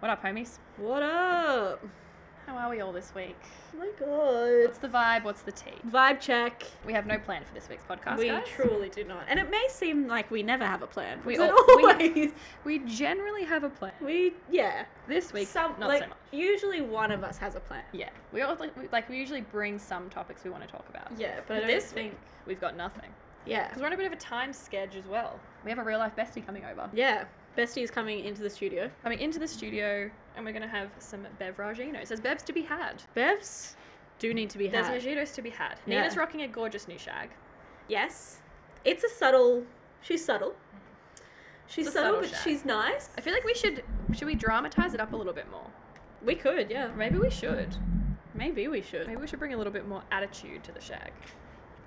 What up, homies? What up? How are we all this week? Oh my god. What's the vibe? What's the tea? Vibe check. We have no plan for this week's podcast, we guys. truly do not. And it may seem like we never have a plan. We We it al- we- always. we generally have a plan. We, yeah. This week, Some- not like, so much. Usually one of us has a plan. Yeah, we all like we, like we usually bring some topics we want to talk about. Yeah, but But I don't this think. week we've got nothing Yeah. because we're on a bit of a time sketch as well. We have a real life bestie coming over. Yeah. Bestie is coming into the studio. Coming into the studio, and we're gonna have some bevraginos. There's bevs to be had. Bevs do need to be had. There's mojitos to be had. Yeah. Nina's rocking a gorgeous new shag. yes. It's a subtle. She's subtle. She's It's a subtle, subtle but shag. she's nice. I feel like we should should we dramatize it up a little bit more. We could, yeah. Maybe we should. Maybe we should. Maybe we should bring a little bit more attitude to the shag.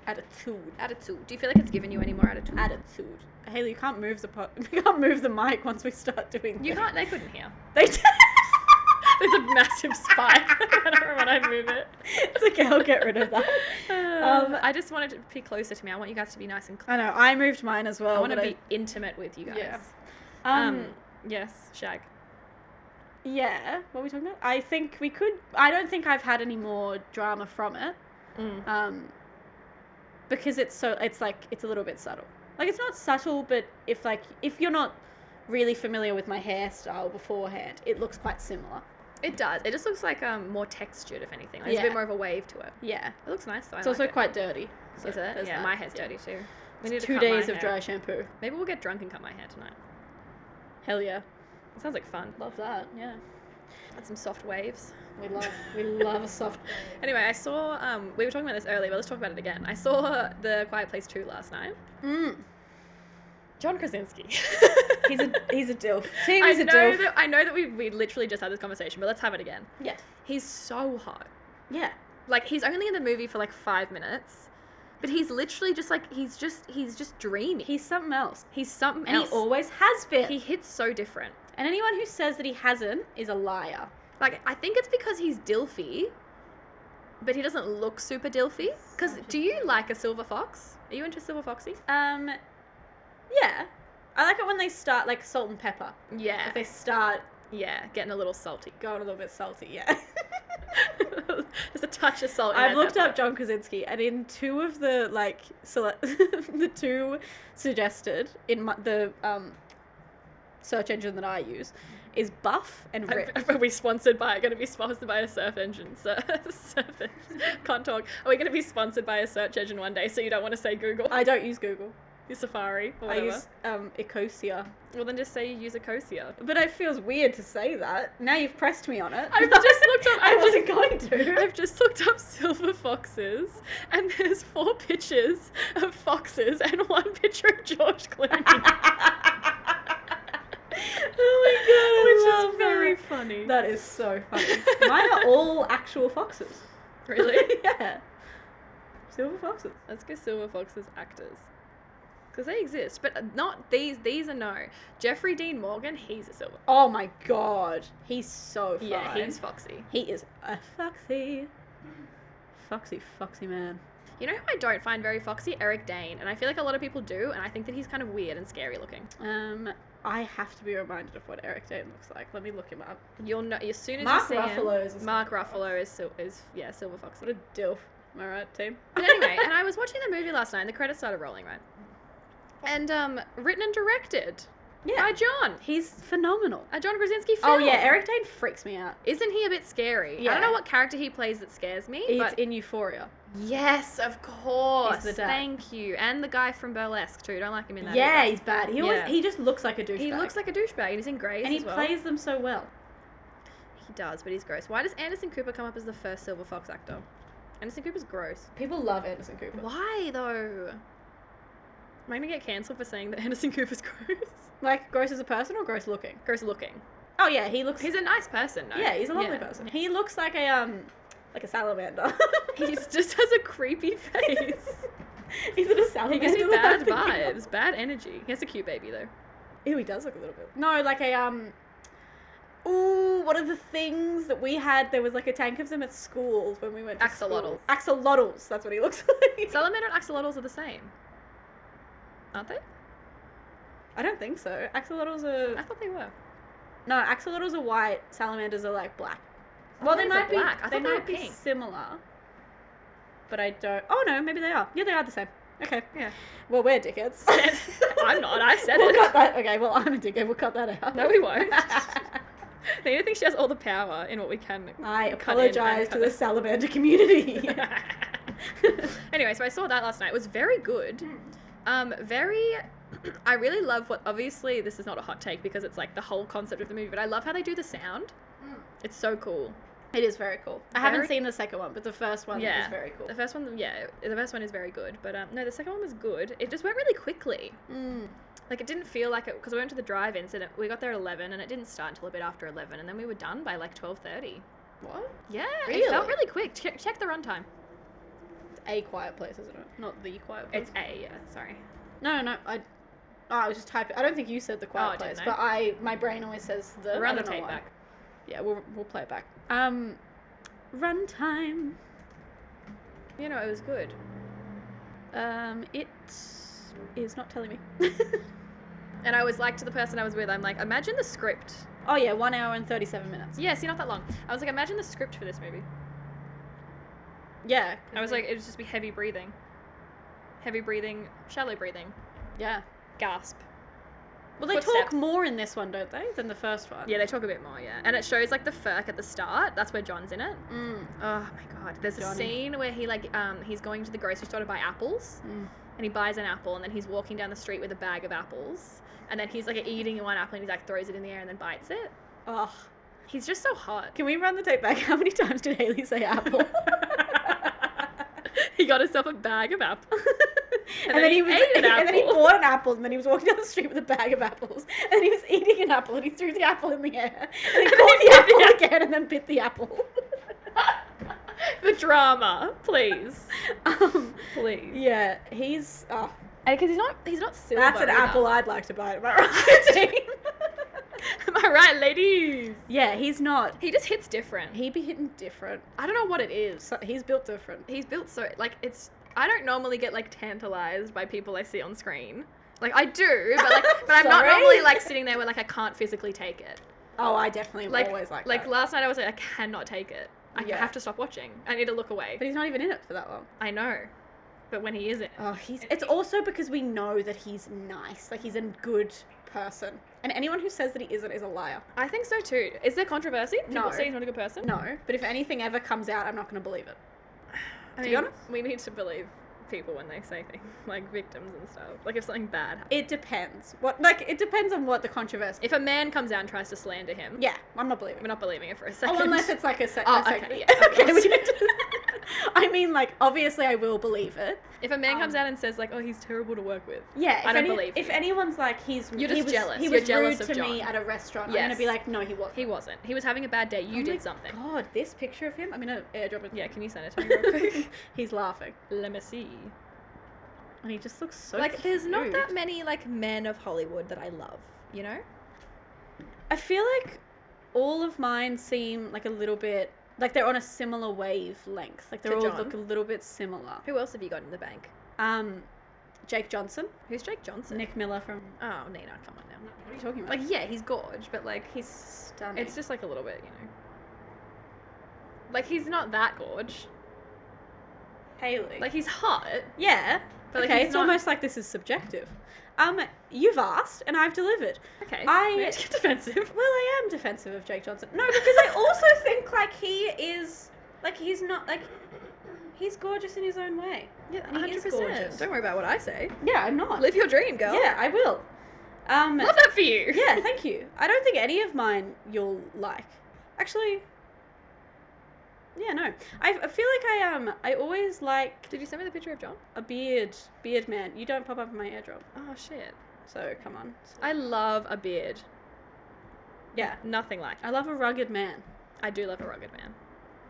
Attitude. Attitude. Do you feel like it's given you any more attitude? Attitude. Haley, you can't move the po- you can't move the mic once we start doing. you this. can't. They couldn't hear. They did. There's a massive spike when I move it. it's okay. I'll get rid of that. Um, I just wanted to be closer to me. I want you guys to be nice and close. I know. I moved mine as well. I want to but be intimate with you guys. Yeah. Um, Um, yes, shag. Yeah. What are we talking about? I think we could. I don't think I've had any more drama from it. Um, because it's so. It's like it's a little bit subtle. Like it's not subtle, but if like if you're not really familiar with my hairstyle beforehand, it looks quite similar. It does. It just looks like um more textured, if anything. Like, There's a Yeah. bit more of a wave to it. Yeah. It looks nice though. I It's like also it. quite dirty. So Is it? there's Yeah, that. my hair's Yeah. dirty too. We need to Two cut my days of hair. dry shampoo. Maybe we'll get drunk and cut my hair tonight. Hell yeah. It sounds like fun. Love that. Yeah. Add some soft waves. We love we love a soft Anyway, I saw. Um, we were talking about this earlier, but let's talk about it again. I saw The Quiet Place 2 last night. mm. John Krasinski. He's a he's a dilf. Team I is a know dilf. that I know that we we literally just had this conversation, but let's have it again. Yeah. He's so hot. Yeah. Like he's only in the movie for like five minutes, but he's literally just like he's just he's just dreamy. He's something else. He's something And else. he always has been. he hits so different. and anyone who says that he hasn't is a liar. Like I think it's because he's Dilfy, but he doesn't look super Dilfy. Because Such a do you like a silver fox? Are you into silver foxies? Um Yeah. I like it when they start like salt and pepper. Yeah, If they start yeah, getting a little salty. going a little bit salty, yeah. There's a touch of salt. in I've that looked pepper. up John Krasinski, and in two of the like sele- the two suggested in my, the um, search engine that I use is buff and Are- rip. Are we sponsored by? Going to be sponsored by a surf engine? Sur- surf engine. Can't talk. Are we going to be sponsored by a search engine one day? So you don't want to say Google, I don't use Google. your Safari, or I Oh, whatever. use um, Ecosia, Well, then just say you use Ecosia. but it feels weird to say that. Now you've pressed me on it. I've just looked up. I I've wasn't just, going to. I've just looked up silver foxes, and there's four pictures of foxes and one picture of George Clooney, oh which is very funny. That is so funny. Mine are all actual foxes. really? yeah. Silver foxes. Let's go silver foxes actors. Because they exist, but not these. These are no. Jeffrey Dean Morgan, he's a silver. Oh my god, he's so fine. Yeah, he's foxy. he is a foxy, foxy, foxy man. You know who I don't find very foxy? Eric Dane. And I feel like a lot of people do, and I think that he's kind of weird and scary looking. Um, I have to be reminded of what Eric Dane looks like. Let me look him up. You'll know as soon as Mark you see Ruffalo him. is a Mark silver fox. Ruffalo is sil- is yeah silver fox. What a dilf. Am I right, team? um, But anyway, and I was watching the movie last night, and the credits started rolling, right? And um, written and directed by yeah, John, he's phenomenal. a John Krasinski film. Oh yeah, Eric Dane freaks me out. Isn't he a bit scary? I Yeah. don't know what character he plays that scares me, He's but in Euphoria. yes, of course. He's the dad. Thank you. And the guy from Burlesque too. Don't like him in that. yeah, either. he's bad. He always, Yeah. he just looks like a douchebag. he looks like a douchebag. and He's in Grey's and he as well. plays them so well. He does, but he's gross. Why does Anderson Cooper come up as the first Silver Fox actor? Anderson Cooper's gross. People love Anderson Cooper. Why though? Am I gonna get cancelled for saying that Anderson Cooper's gross? Like gross as a person or gross looking? Gross looking. Oh yeah, he looks. He's a nice person, no? yeah, he's a lovely Yeah. person. He looks like a um, like a salamander. He just has a creepy face. Is it a salamander? he gives me that bad I'm thinking of? vibes, bad energy. He has a cute baby though. Ew, he does look a little bit. No, like a um. Ooh, what are the things that we had? There was like a tank of them at schools when we went to Axolotls. school. Axolotls. That's what he looks like. Salamander and axolotls are the same, aren't they? I don't think so. Axolotls are. I thought they were. No, axolotls are white. Salamanders are like black. Well, they Salamanders are might be. black. I they thought they were might be pink. similar. But I don't. Oh no, maybe they are. Yeah, they are the same. Okay. Yeah. Well, we're dickheads. I'm not, I said we'll it. Cut that. Okay. Well, I'm a dickhead. We'll cut that out. No, we won't. Nina thinks she has all the power in what we can. Cut I in and apologize to cut the out. salamander community. anyway, so I saw that last night. It was very good. Um, very. I really love what. Obviously, this is not a hot take because it's like the whole concept of the movie, but I love how they do the sound. Mm. It's so cool. It is very cool. I Very- haven't seen the second one, but the first one Yeah. is very cool. The first one, yeah, the first one is very good, but um, no, the second one was good. It just went really quickly. Mm. Like it didn't feel like it because we went to the drive-in, so that- we got there at eleven, and it didn't start until a bit after eleven, and then we were done by like twelve thirty. What? Yeah, it felt Really? really quick. Check, check the runtime. It's a quiet place, isn't it? Not the quiet place. It's a yeah. Sorry. No, no, I. Oh, I was just typing. I don't think you said the quiet Oh, didn't place, I? but I my brain always says the. We're on I the don't know tape why. back. Yeah, we'll we'll play it back. Um, run time. You know, it was good. Um, it is not telling me. And I was like to the person I was with, I'm like, imagine the script. oh yeah, one hour and thirty-seven minutes. Yeah, see, not that long. I was like, imagine the script for this movie. Yeah. I was like, it would just be heavy breathing, heavy breathing, shallow breathing, yeah. gasp. Well, they Footsteps. talk more in this one, don't they, than the first one? Yeah, they talk a bit more, yeah. And it shows like the furk at the start. That's where John's in it. Mm. Oh my god. There's a Johnny. scene where he like um he's going to the grocery store to buy apples Mm. and he buys an apple and then he's walking down the street with a bag of apples and then he's like eating one apple and he like throws it in the air and then bites it. Oh, He's just so hot. can we run the tape back? How many times did Haley say apple? he got himself a bag of apples. And, then, he, was, ate an and then he apple. bought an apple, and then he was walking down the street with a bag of apples, and he was eating an apple, and he threw the apple in the air, and he And caught he the bit the apple again, and then bit the apple. the drama, please, um, please. yeah, he's oh, because he's not he's not silver. that's an either. apple I'd like to buy. Am I right? Am I right, ladies? yeah, he's not. He just hits different. He'd be hitting different. I don't know what it is. So he's built different. He's built so like it's. I don't normally get like tantalized by people I see on screen. Like I do, but like but I'm not Sorry. normally like sitting there where like I can't physically take it. Oh, I definitely am Like always like like that. last night I was like I cannot take it. I Yeah. have to stop watching. I need to look away. but he's not even in it for that long. I know, but when he is in, Oh, he's. It's also because we know that he's nice. Like he's a good person, and anyone who says that he isn't is a liar. I think so too. Is there controversy? No. People say he's not a good person. No, but if anything ever comes out, I'm not going to believe it. I To be mean, honest? we need to believe people when they say things like victims and stuff. Like if something bad happens, It depends. What like it depends on what the controversy. if a man comes out and tries to slander him, yeah, I'm not believing. we're it. not believing it for a second. Oh, unless it's like a second. Oh, okay, yeah, of okay. course. we did- I mean, like obviously, I will believe it. if a man um, comes out and says like, "Oh, he's terrible to work with," Yeah, if I don't any- believe If you. anyone's like he's You're he just was, jealous. He You're was jealous rude of to me John. at a restaurant. I'm gonna Yes. be like, no, he wasn't. he wasn't. He was having a bad day. You Oh my did something. God, this picture of him. I'm gonna airdrop it. Yeah, can you send it to me real quick? he's laughing, Let me see. and he just looks so. like, there's not cute. that many like men of Hollywood that I love. You know? I feel like all of mine seem like a little bit like they're on a similar wavelength. Like they To all John? look a little bit similar. Who else have you got in the bank? Um, Jake Johnson, Who's Jake Johnson? Nick Miller from. Oh, Nina, come on now. What are you talking about? Like, yeah, he's gorge, but like he's he's stunning. It's just like a little bit, you know. Like he's not that gorge. Haley. Like he's hot, yeah. but like okay, he's it's not- almost like this is subjective. Um, you've asked and I've delivered. okay. I- Maybe it's defensive. Well, I am defensive of Jake Johnson. No, because I also think like he is like he's not like he's gorgeous in his own way. Yeah, And he is 100%. gorgeous. Don't worry about what I say. Yeah, I'm not. Live your dream, girl. Yeah, I will. Um, Love that for you. yeah, thank you. I don't think any of mine you'll like. Actually, yeah, no. I, I feel like I um I always like Did you send me the picture of John? a beard beard man. You don't pop up in my airdrop, Oh shit. so come on. I love a beard. Yeah, Nothing like. It. I love a rugged man. I do love a rugged man.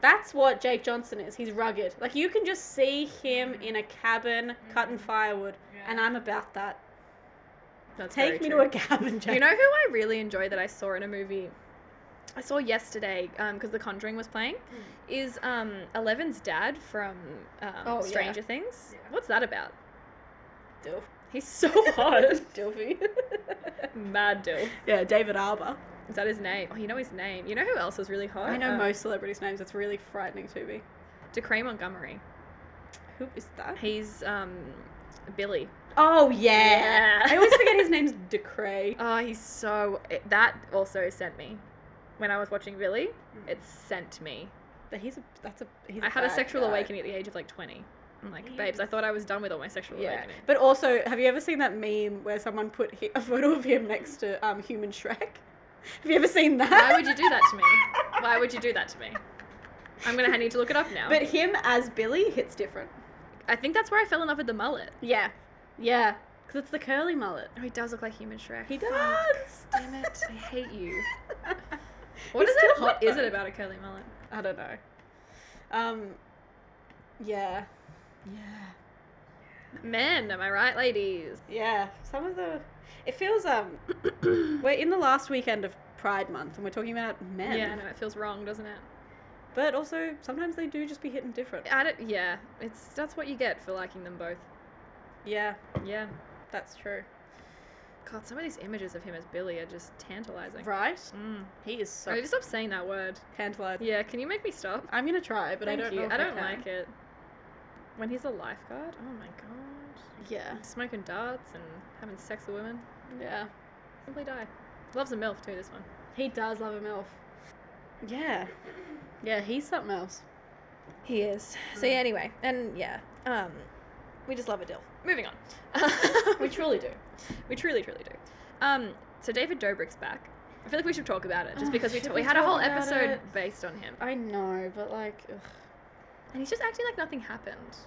That's what Jake Johnson is. He's rugged. Like you can just see him in a cabin Mm-hmm. cutting firewood, and I'm about that. That's very Take me true. to a cabin, Jake. You know who I really enjoy that I saw in a movie? I saw yesterday because The Conjuring was playing. Is um, Eleven's dad from um, Hmm. Oh, yeah. Stranger Things? Yeah. What's that about? Dilf. He's so hot. Dilfy. Mad dilf. yeah, David Arbor. Is that his name? Oh, you know his name. You know who else is really hot? I know Um, most celebrities' names. It's really frightening to me. Decray Montgomery. Who is that? He's um, Billy. Oh yeah. I always forget his name's Decray. Oh, he's so. It, that also sent me. When I was watching Billy, it sent me. But he's a that's a. He's I had Hmm. a Mm, bad sexual guy. awakening at the age of like 20. I'm like, babes, I thought I was done with all my sexual Yeah, awakening. but also, have you ever seen that meme where someone put hi- a photo of him next to um, Human Shrek? Have you ever seen that? Why would you do that to me? Why would you do that to me? I'm gonna I need to look it up now. But him as Billy hits different. I think that's where I fell in love with the mullet. Yeah, yeah, because it's the curly mullet. Oh, he does look like human Shrek. He Fuck. does. Damn it! I hate you. What He's is still it? hot, What is though. it about a curly mullet? I don't know. Um, yeah, yeah. Men, am I right, ladies? Yeah, some of the it feels um we're in the last weekend of Pride Month and we're talking about men. Yeah, I know it feels wrong, doesn't it? But also sometimes they do just be hitting different. I don't, yeah, it's that's what you get for liking them both. Yeah, Yeah. that's true. God, some of these images of him as Billy are just tantalizing. Right? Mm. He is I so need to stop saying that word. tantalized. Yeah, can you make me stop? I'm gonna try, but Thank I don't you. know. If I don't can. like it. When he's a lifeguard, oh my god. Yeah, Smoking darts and having sex with women. yeah. Simply die. Loves a MILF too, this one. He does love a MILF. Yeah. Yeah, he's something else. He is. So Mm. yeah, anyway, and yeah, um, we just love a deal. Moving on. We truly do. we truly, truly do. Um, so David Dobrik's back. I feel like we should talk about it just Ugh, because we, should t- we we had a talk whole about episode it? based on him, I know, but like ugh. and he's just acting like nothing happened,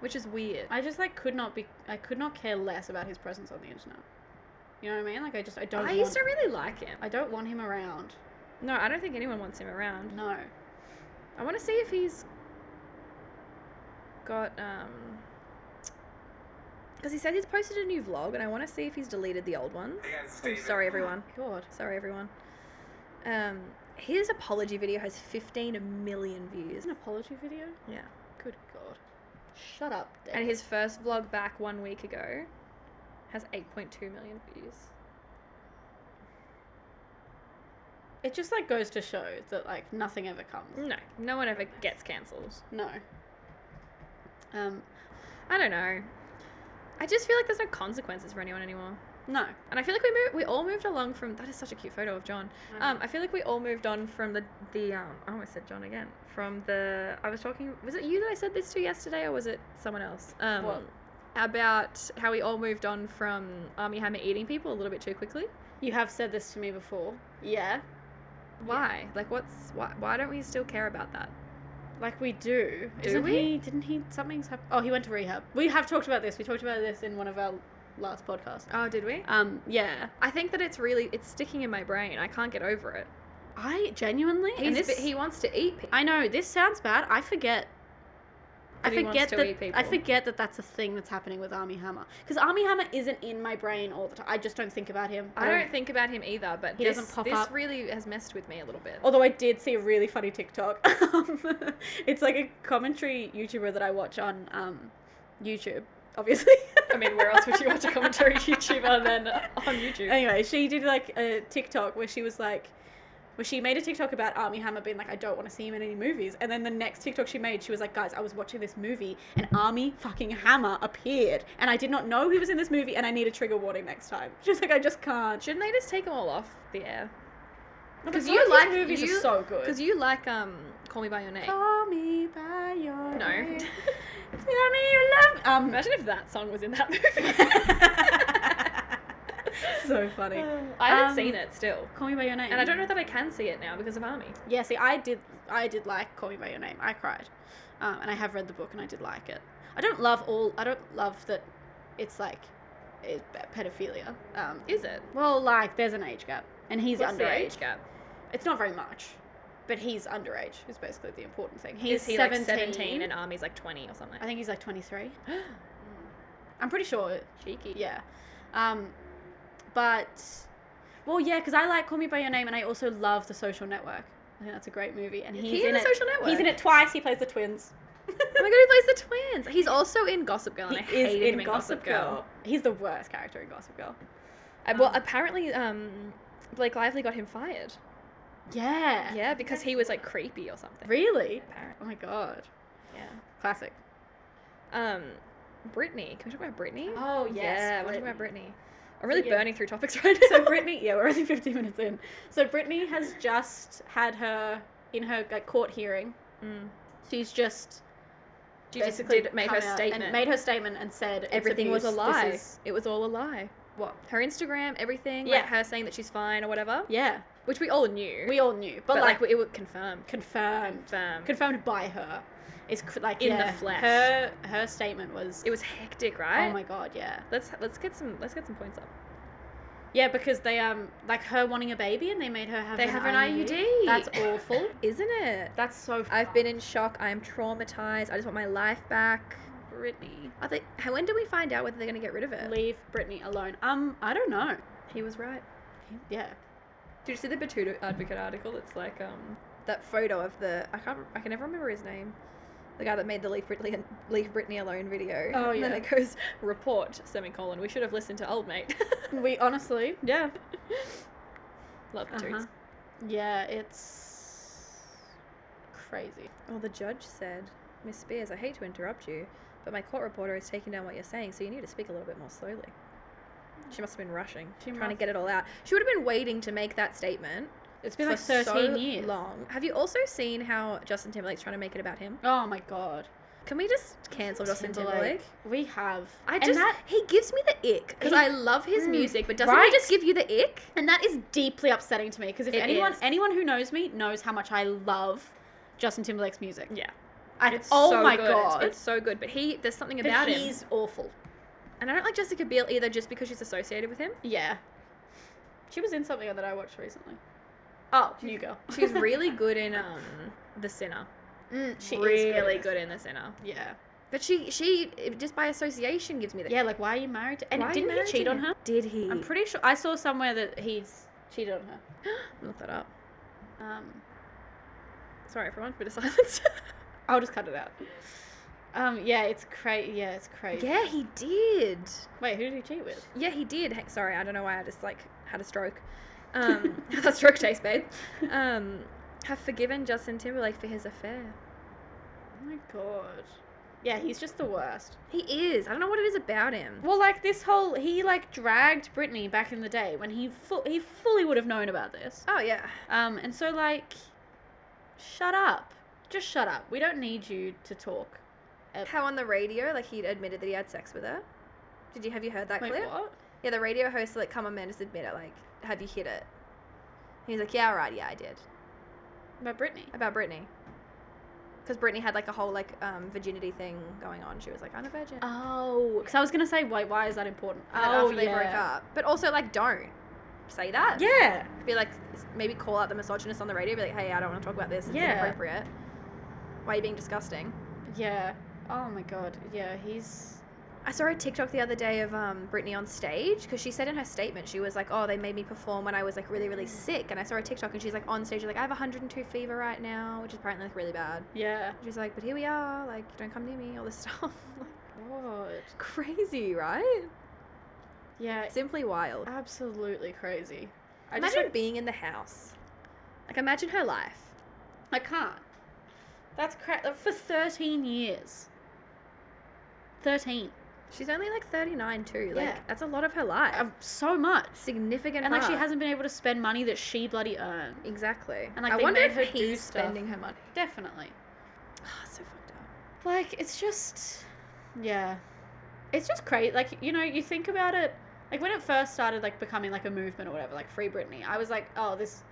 which is weird. I just like could not be I could not care less about his presence on the internet. You know what I mean? Like I just I don't I want used to really like him. I don't want him around. No, I don't think anyone wants him around. No. I want to see if he's got um because he said he's posted a new vlog, and I want to see if he's deleted the old ones. I'm sorry, everyone. God. Sorry, everyone. Um, his apology video has 15 million views, Is an apology video? Yeah. Good God. Shut up, Dave. and his first vlog back one week ago has 8.2 million views. it just like goes to show that like nothing ever comes. No, no one ever gets cancelled. No. Um, I don't know. I just feel like there's no consequences for anyone anymore, no. and I feel like we moved, we all moved along from that is such a cute photo of John. Mm. Um, I feel like we all moved on from the the um. I almost said John again. From the I was talking. Was it you that I said this to yesterday, or was it someone else? Um, What? About how we all moved on from Army Hammer eating people a little bit too quickly. you have said this to me before. Yeah. Why? Like, what's why? Why don't we still care about that? Like we do. Do Isn't we? he? Didn't he? Something's happened. Oh, he went to rehab. We have talked about this. We talked about this in one of our last podcasts. Oh, did we? Um, yeah. I think that it's really it's sticking in my brain. I can't get over it. I genuinely. and He's, this, he wants to eat. People. I know this sounds bad. I forget. I That he wants forget to that eat people. I forget that that's a thing that's happening with Army Hammer because Army Hammer isn't in my brain all the time. I just don't think about him. I don't think about him either, but He this, doesn't pop this up. really has messed with me a little bit. Although I did see a really funny TikTok. it's like a commentary YouTuber that I watch on um, YouTube, obviously. I mean, where else would you watch a commentary YouTuber than on YouTube? Anyway, she did like a TikTok where she was like, where she made a TikTok about Army Hammer being like, I don't want to see him in any movies. And then the next TikTok she made, she was like, guys, I was watching this movie and Army fucking Hammer appeared. And I did not know he was in this movie and I need a trigger warning next time. She was like, I just can't. Shouldn't they just take them all off the air? Because you like- movies you- are so good. Because you like um, Call Me by Your Name. Call me by your No. name. Tell me you love me. Um, Imagine if that song was in that movie. so funny. I haven't Um, seen it still, Call me by your name. and I don't know that I can see it now because of Army. Yeah, see, I did, I did like Call Me by Your Name. I cried, um, and I have read the book, and I did like it. I don't love all. I don't love that it's like it, pedophilia. Um, Is it? well, like there's an age gap, and he's What's the underage. age gap? It's not very much, but he's underage. Is basically the important thing. He's Is he 17, like seventeen and Army's like twenty or something? I think he's like 23. I'm pretty sure. Cheeky. Yeah. Um, but well, yeah, because I like Call Me by Your Name, and I also love The Social Network. I think that's a great movie, and he's He's in, in the it. social network. He's in it twice. He plays the twins. Oh my god, he plays the twins. He's also in Gossip Girl. he Oh, and I is hated in him Gossip Girl. He's the worst character in Gossip Girl. Uh, well, Um, apparently, um, Blake Lively got him fired. Yeah. Yeah, because he was like creepy or something. Really? Apparently. Oh my god. Yeah. Classic. Um, Britney. Can we talk about Britney? Oh yeah. We're talking about Britney. I'm So, really yeah. burning through topics right now. so Brittany, yeah, we're only 15 minutes in. So Brittany has just had her in her like, court hearing. Mm. She's just She just basically did make come her out and statement. made her statement and said it's everything was a abuse, lie. this is- It was all a lie. what? Her Instagram, everything, Yeah. like her saying that she's fine or whatever, Yeah, which we all knew. we all knew, but, but, like, like, it was confirmed. confirmed, Confirmed. confirmed by her. It's cr- like In the yeah, flesh. Her her statement was it was hectic, right? oh my god, yeah, let's let's get some let's get some points up. yeah, because they um like her wanting a baby and they made her have They an have an IUD. That's awful. Isn't it? That's so. I've been in shock. I am traumatized. I just want my life back. Brittany. Are they? How, when do we find out whether they're gonna get rid of it? Leave Brittany alone. Um, I don't know. He was right. Yeah. Did you see the Batuta Advocate article? It's like um that photo of the I can't I can never remember his name. The guy that made the Leave Britney Leave Britney Alone video. Oh, And then yeah. it goes report semicolon. We should have listened to old mate. We honestly, yeah, Love the Uh-huh. toots. yeah, it's crazy. Well, the judge said, Miss Spears, I hate to interrupt you, but my court reporter is taking down what you're saying, so you need to speak a little bit more slowly. She must have been rushing, She trying to must. get it all out. She would have been waiting to make that statement. It's been for like thirteen so years. Long. Have you also seen how Justin Timberlake's trying to make it about him? Oh my god. Can we just cancel Justin Timberlake? We have. I and just that, he gives me the ick because He- I love his Mm, music, but doesn't right? he just give you the ick? and that is deeply upsetting to me because if It anyone is. anyone who knows me knows how much I love Justin Timberlake's music. Yeah, I, it's oh so my good. god. it's so good. But he, there's something But about him, he's awful. and I don't like Jessica Biel either, just because she's associated with him. Yeah. She was in something that I watched recently. Oh, New Girl. She's really good in um The Sinner. Mm, she is really in good, this. in The Sinner. Yeah. But she she it just by association gives me the Yeah, like why are you married? To- and Why are you didn't he married cheat to on him? her? Did he? I'm pretty sure I saw somewhere that he's cheated on her. look that up. Um, Sorry everyone, bit of silence. I'll just cut it out. Um, yeah, it's crazy. Yeah, it's crazy. yeah, he did. Wait, who did he cheat with? Yeah, he did. Hey, sorry, I don't know why I just like had a stroke. Um, that stroke taste, babe. Um, have forgiven Justin Timberlake for his affair. Oh my god. Yeah, he's just the worst. He is. I don't know what it is about him. Well, like this whole he like dragged Britney back in the day when he fu- he fully would have known about this. Oh yeah. Um, and so like, shut up. Just shut up. We don't need you to talk. How on the radio, like he admitted that he had sex with her. Did you have you heard that Wait, clip? what? Yeah, the radio host like, come on, man, just admit it. Like, have you hit it? And he's like, yeah, all right, yeah, I did. About Britney? About Britney. Because Britney had like a whole like um, virginity thing going on. She was like, I'm a virgin. Oh, because I was gonna say, wait, why is that important? Oh, and then after they broke up. But also like, don't say that. Yeah. Be like, maybe call out the misogynist on the radio. Be like, hey, I don't want to talk about this. It's Yeah. inappropriate. Why are you being disgusting? Yeah. Oh my god. Yeah, he's. I saw a TikTok the other day of um, Britney on stage because she said in her statement she was like, "Oh, they made me perform when I was like really, really sick." And I saw a TikTok and she's like on stage she's like, "I have 102 fever right now," which is apparently like really bad. Yeah. She's like, "But here we are, like don't come near me," all this stuff. like, God. crazy, right? Yeah. Simply wild. Absolutely crazy. I just imagine being in the house. Like imagine her life. I can't. That's crap. For thirteen years. Thirteen. She's only like 39 too. Like Yeah. that's a lot of her life. Uh, so much. Significant. And like she part. hasn't been able to spend money that she bloody earned. exactly. And, like, I they wonder made if her do he's stuff. spending her money. Definitely. Oh, so fucked up. Like it's just. Yeah. It's just crazy. Like you know, you think about it. Like when it first started, like becoming like a movement or whatever, like Free Britney. I was like, oh, this.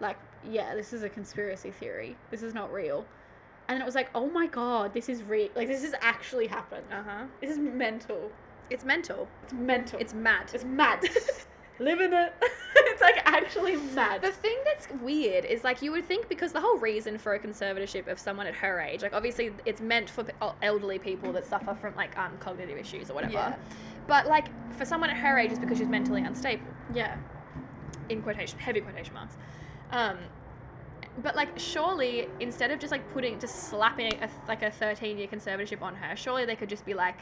Like yeah, this is a conspiracy theory. This is not real. And then it was like, oh my god, this is real. Like this is actually happened. Uh huh. This is mental. It's mental. It's mental. It's mad. It's mad. Living it. it's like actually mad. the thing that's weird is like you would think because the whole reason for a conservatorship of someone at her age, like obviously it's meant for pe- el- elderly people that suffer from like um, cognitive issues or whatever. Yeah. But like for someone at her age, it's because she's mentally unstable. Yeah. In quotation, heavy quotation marks. Um, but like surely instead of just like putting just slapping a, like a 13 year conservatorship on her, surely they could just be like,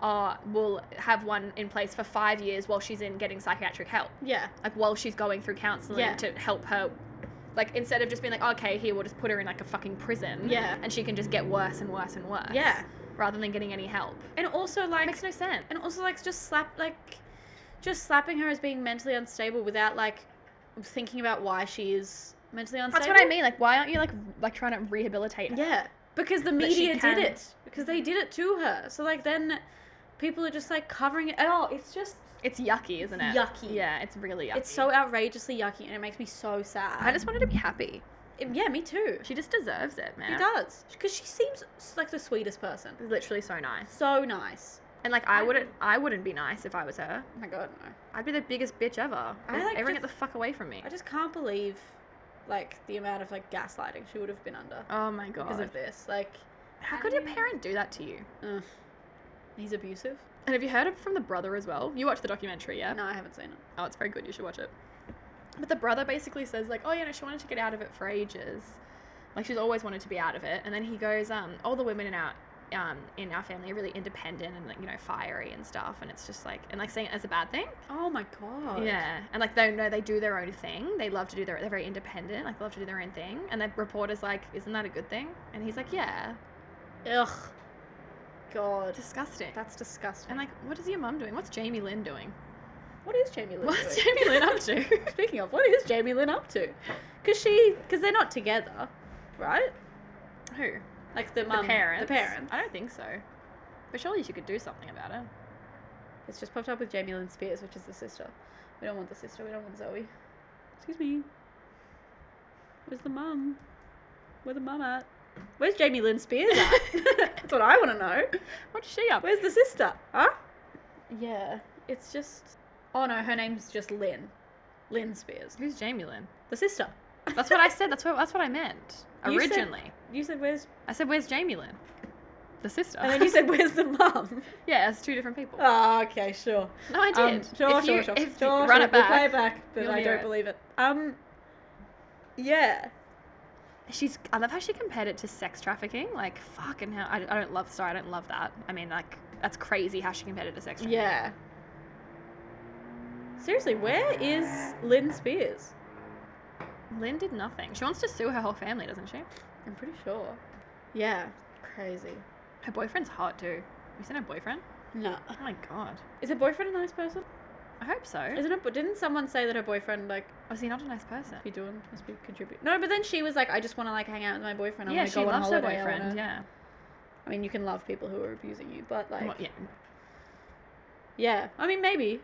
uh, will have one in place for five years while she's in getting psychiatric help, Yeah. like while she's going through counseling Yeah. to help her. Like instead of just being like, okay, here we'll just put her in like a fucking prison, Yeah. and she can just get worse and worse and worse, Yeah. rather than getting any help. And also It like makes no sense. and also like just slap like just slapping her as being mentally unstable without like thinking about why she is mentally unstable. That's what I mean. Like, why aren't you like like trying to rehabilitate her? Yeah. Because the That she media did can- it. Because they did it to her. So like then people are just like covering it. Oh, it's just It's yucky, isn't it? yucky. Yeah, it's really yucky. It's so outrageously yucky and it makes me so sad. I just wanted to be happy. It- yeah, me too. She just deserves it, man. She does. Because she seems s- like the sweetest person. Literally so nice. So nice. And like, I wouldn't, I wouldn't be nice if I was her. Oh my god, no. I'd be the biggest bitch ever. I, like, Everyone get the just- fuck away from me. I just can't believe like the amount of like gaslighting she would have been under Oh my because god. of this. Like How could your parent do that to you? ugh. he's abusive. And have you heard of from the brother as well? You watched the documentary, yeah? No, I haven't seen it. Oh, it's very good. You should watch it. But the brother basically says like, oh yeah, no, she wanted to get out of it for ages. Like she's always wanted to be out of it. And then he goes, um, all the women in our um, in our family are really independent and like you know fiery and stuff. And it's just like and like saying it as a bad thing. Oh my god. Yeah, and like they know they do their own thing. They love to do their. They're very independent. Like they love to do their own thing. And the reporter's like, "Isn't that a good thing?" And he's like, "Yeah, Ugh. God. disgusting." That's disgusting. And like, what is your mum doing? What's Jamie Lynn doing? what is Jamie Lynn? What's doing? Jamie Lynn up to? Speaking of, what is Jamie Lynn up to? Because she, because they're not together, right? Who? Like Um, the The mum, parents. The parents. I don't think so. But surely she could do something about it. It's just popped up with Jamie Lynn Spears, which is the sister. We don't want the sister. We don't want Zoe. Excuse me. Where's the mum? Where the mum at? Where's Jamie Lynn Spears at? That's what I want to know. What's she up? Where's the sister? Huh? Yeah. It's just. Oh no, her name's just Lynn. Lynn Spears. Who's Jamie Lynn? The sister. That's what I said. That's what. That's what I meant You said- originally. You said where's. I said, "Where's Jamie Lynn?" The sister. And then you said where's the mum? "Yeah, it's two different people." Oh, okay, sure. no, I Um, did. sure, If sure, you- sure, if- sure. Run sure, it we'll back. play it back, but You'll I hear don't it. believe it. Um, yeah. She's. I love how she compared it to sex trafficking. Like fucking hell. I, I don't love. Sorry, I don't love that. I mean, like that's crazy how she compared it to sex. trafficking. Yeah. Seriously, where is Lynn Spears? Lynn did nothing. She wants to sue her whole family, doesn't she? I'm pretty sure. Yeah. Crazy. Her boyfriend's hot too. Have you seen her boyfriend? No. Oh my god. Is her boyfriend a nice person? I hope so. Isn't it? But didn't someone say that her boyfriend like Was he Oh, not a nice person? be doing must be contribute? No, but then she was like, I just want to like hang out with my boyfriend. I yeah, want to she go on loves her holiday. I boyfriend. wanna-" Yeah. I mean, you can love people who are abusing you, but like, Well, yeah. yeah. I mean, maybe.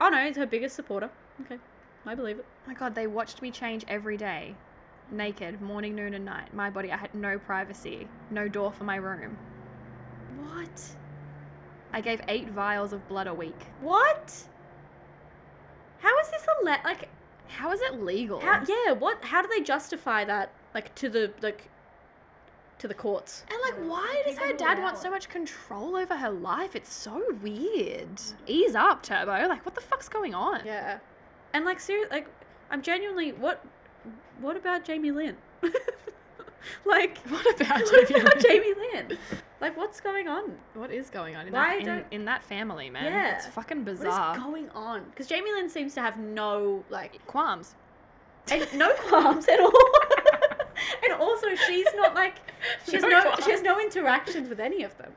Oh no, it's her biggest supporter. Okay, I believe it. Oh my god, they watched me change every day. Naked, morning, noon, and night. My body, I had no privacy, no door for my room. What? I gave eight vials of blood a week. What? How is this a le- like? How is it legal? How, yeah, what? How do they justify that? Like to the like to the courts? And like, why does her dad want so much control over her life? It's so weird. Ease up, Turbo. Like, what the fuck's going on? Yeah, and like seriously, like I'm genuinely what? What about Jamie Lynn? like What about what Jamie about Lynn? Jamie Lynn? Like what's going on? What is going on in, Why that, in, don't- in that family, man? Yeah. It's fucking What is bizarre. going on? Because Jamie Lynn seems to have no like Qualms. and no qualms at all. and also, she's not like she has No no, qualms. she has no interactions with any of them.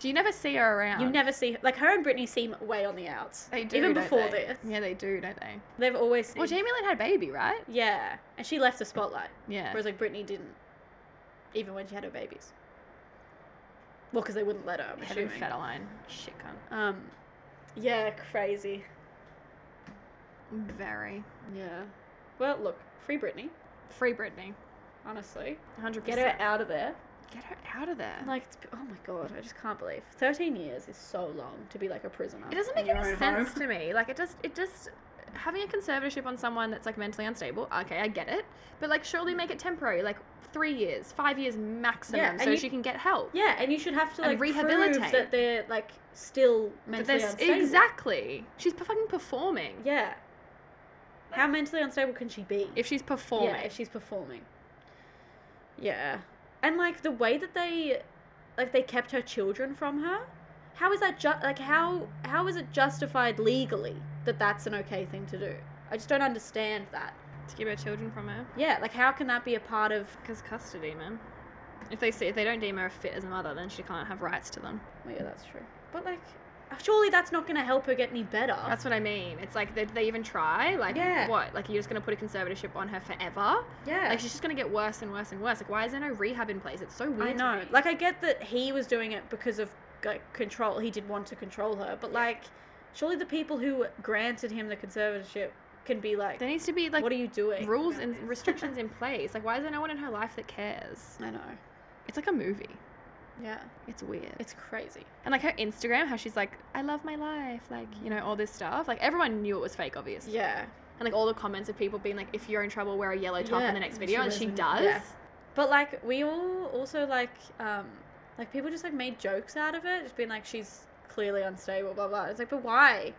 Do you never see her around? You never see like her and Britney seem way on the outs. They do, even don't before they? this. Yeah, they do, don't they? They've always seen. Well, Jamie Lynn had a baby, right? yeah, and she left the spotlight, Yeah. whereas like Britney didn't, even when she had her babies. Well, because they wouldn't let her. I'm Kevin assuming. Federline. Shit cunt. Um, yeah, crazy. Very. Yeah. Well, look, free Britney. Free Britney. Honestly, 100%. get her out of there. Get her out of there. Like, it's, oh my god, I just can't believe thirteen years is so long to be like a prisoner. it doesn't in make your any own sense home. to me. Like, it just, it just, having a conservatorship on someone that's like mentally unstable, okay, I get it. But like, surely make it temporary, like three years, five years maximum, Yeah, and so you- she can get help. Yeah, and you should have to And like rehabilitate. prove that they're like still But mentally there's, unstable. exactly. She's p- fucking performing. Yeah. How mentally unstable can she be? If she's performing. Yeah, if she's performing. Yeah. And like the way that they like they kept her children from her. how is that ju- like how how is it justified legally that that's an okay thing to do? I just don't understand that. to keep our children from her Yeah, like how can that be a part of? because custody, man. If they see if they don't deem her fit as a mother, then she can't have rights to them. Well, yeah, that's true. But like, surely that's not going to help her get any better. That's what I mean. It's like did they even try? Like Oh. Yeah. what? Like you're just gonna put a conservatorship on her forever? yeah. Like she's just gonna get worse and worse and worse. Like why is there no rehab in place? It's so weird. I to know. me. Like I get that he was doing it because of like control. He did want to control her, but like, surely the people who granted him the conservatorship can be like, there needs to be like "What are you doing?" rules about and this?" restrictions in place. Like why is there no one in her life that cares? I know. It's like a movie. Yeah, It's weird. it's crazy. and like her Instagram, how she's like, I love my life, like, you know, all this stuff. Like everyone knew it was fake, obviously. Yeah, And like all the comments of people being like, if you're in trouble, wear a yellow top Yeah, in the next and video. she And wears she does. a- yeah. but like we all also like, um, like people just like made jokes out of it, just being like, "She's clearly unstable," blah blah. It's like, but why?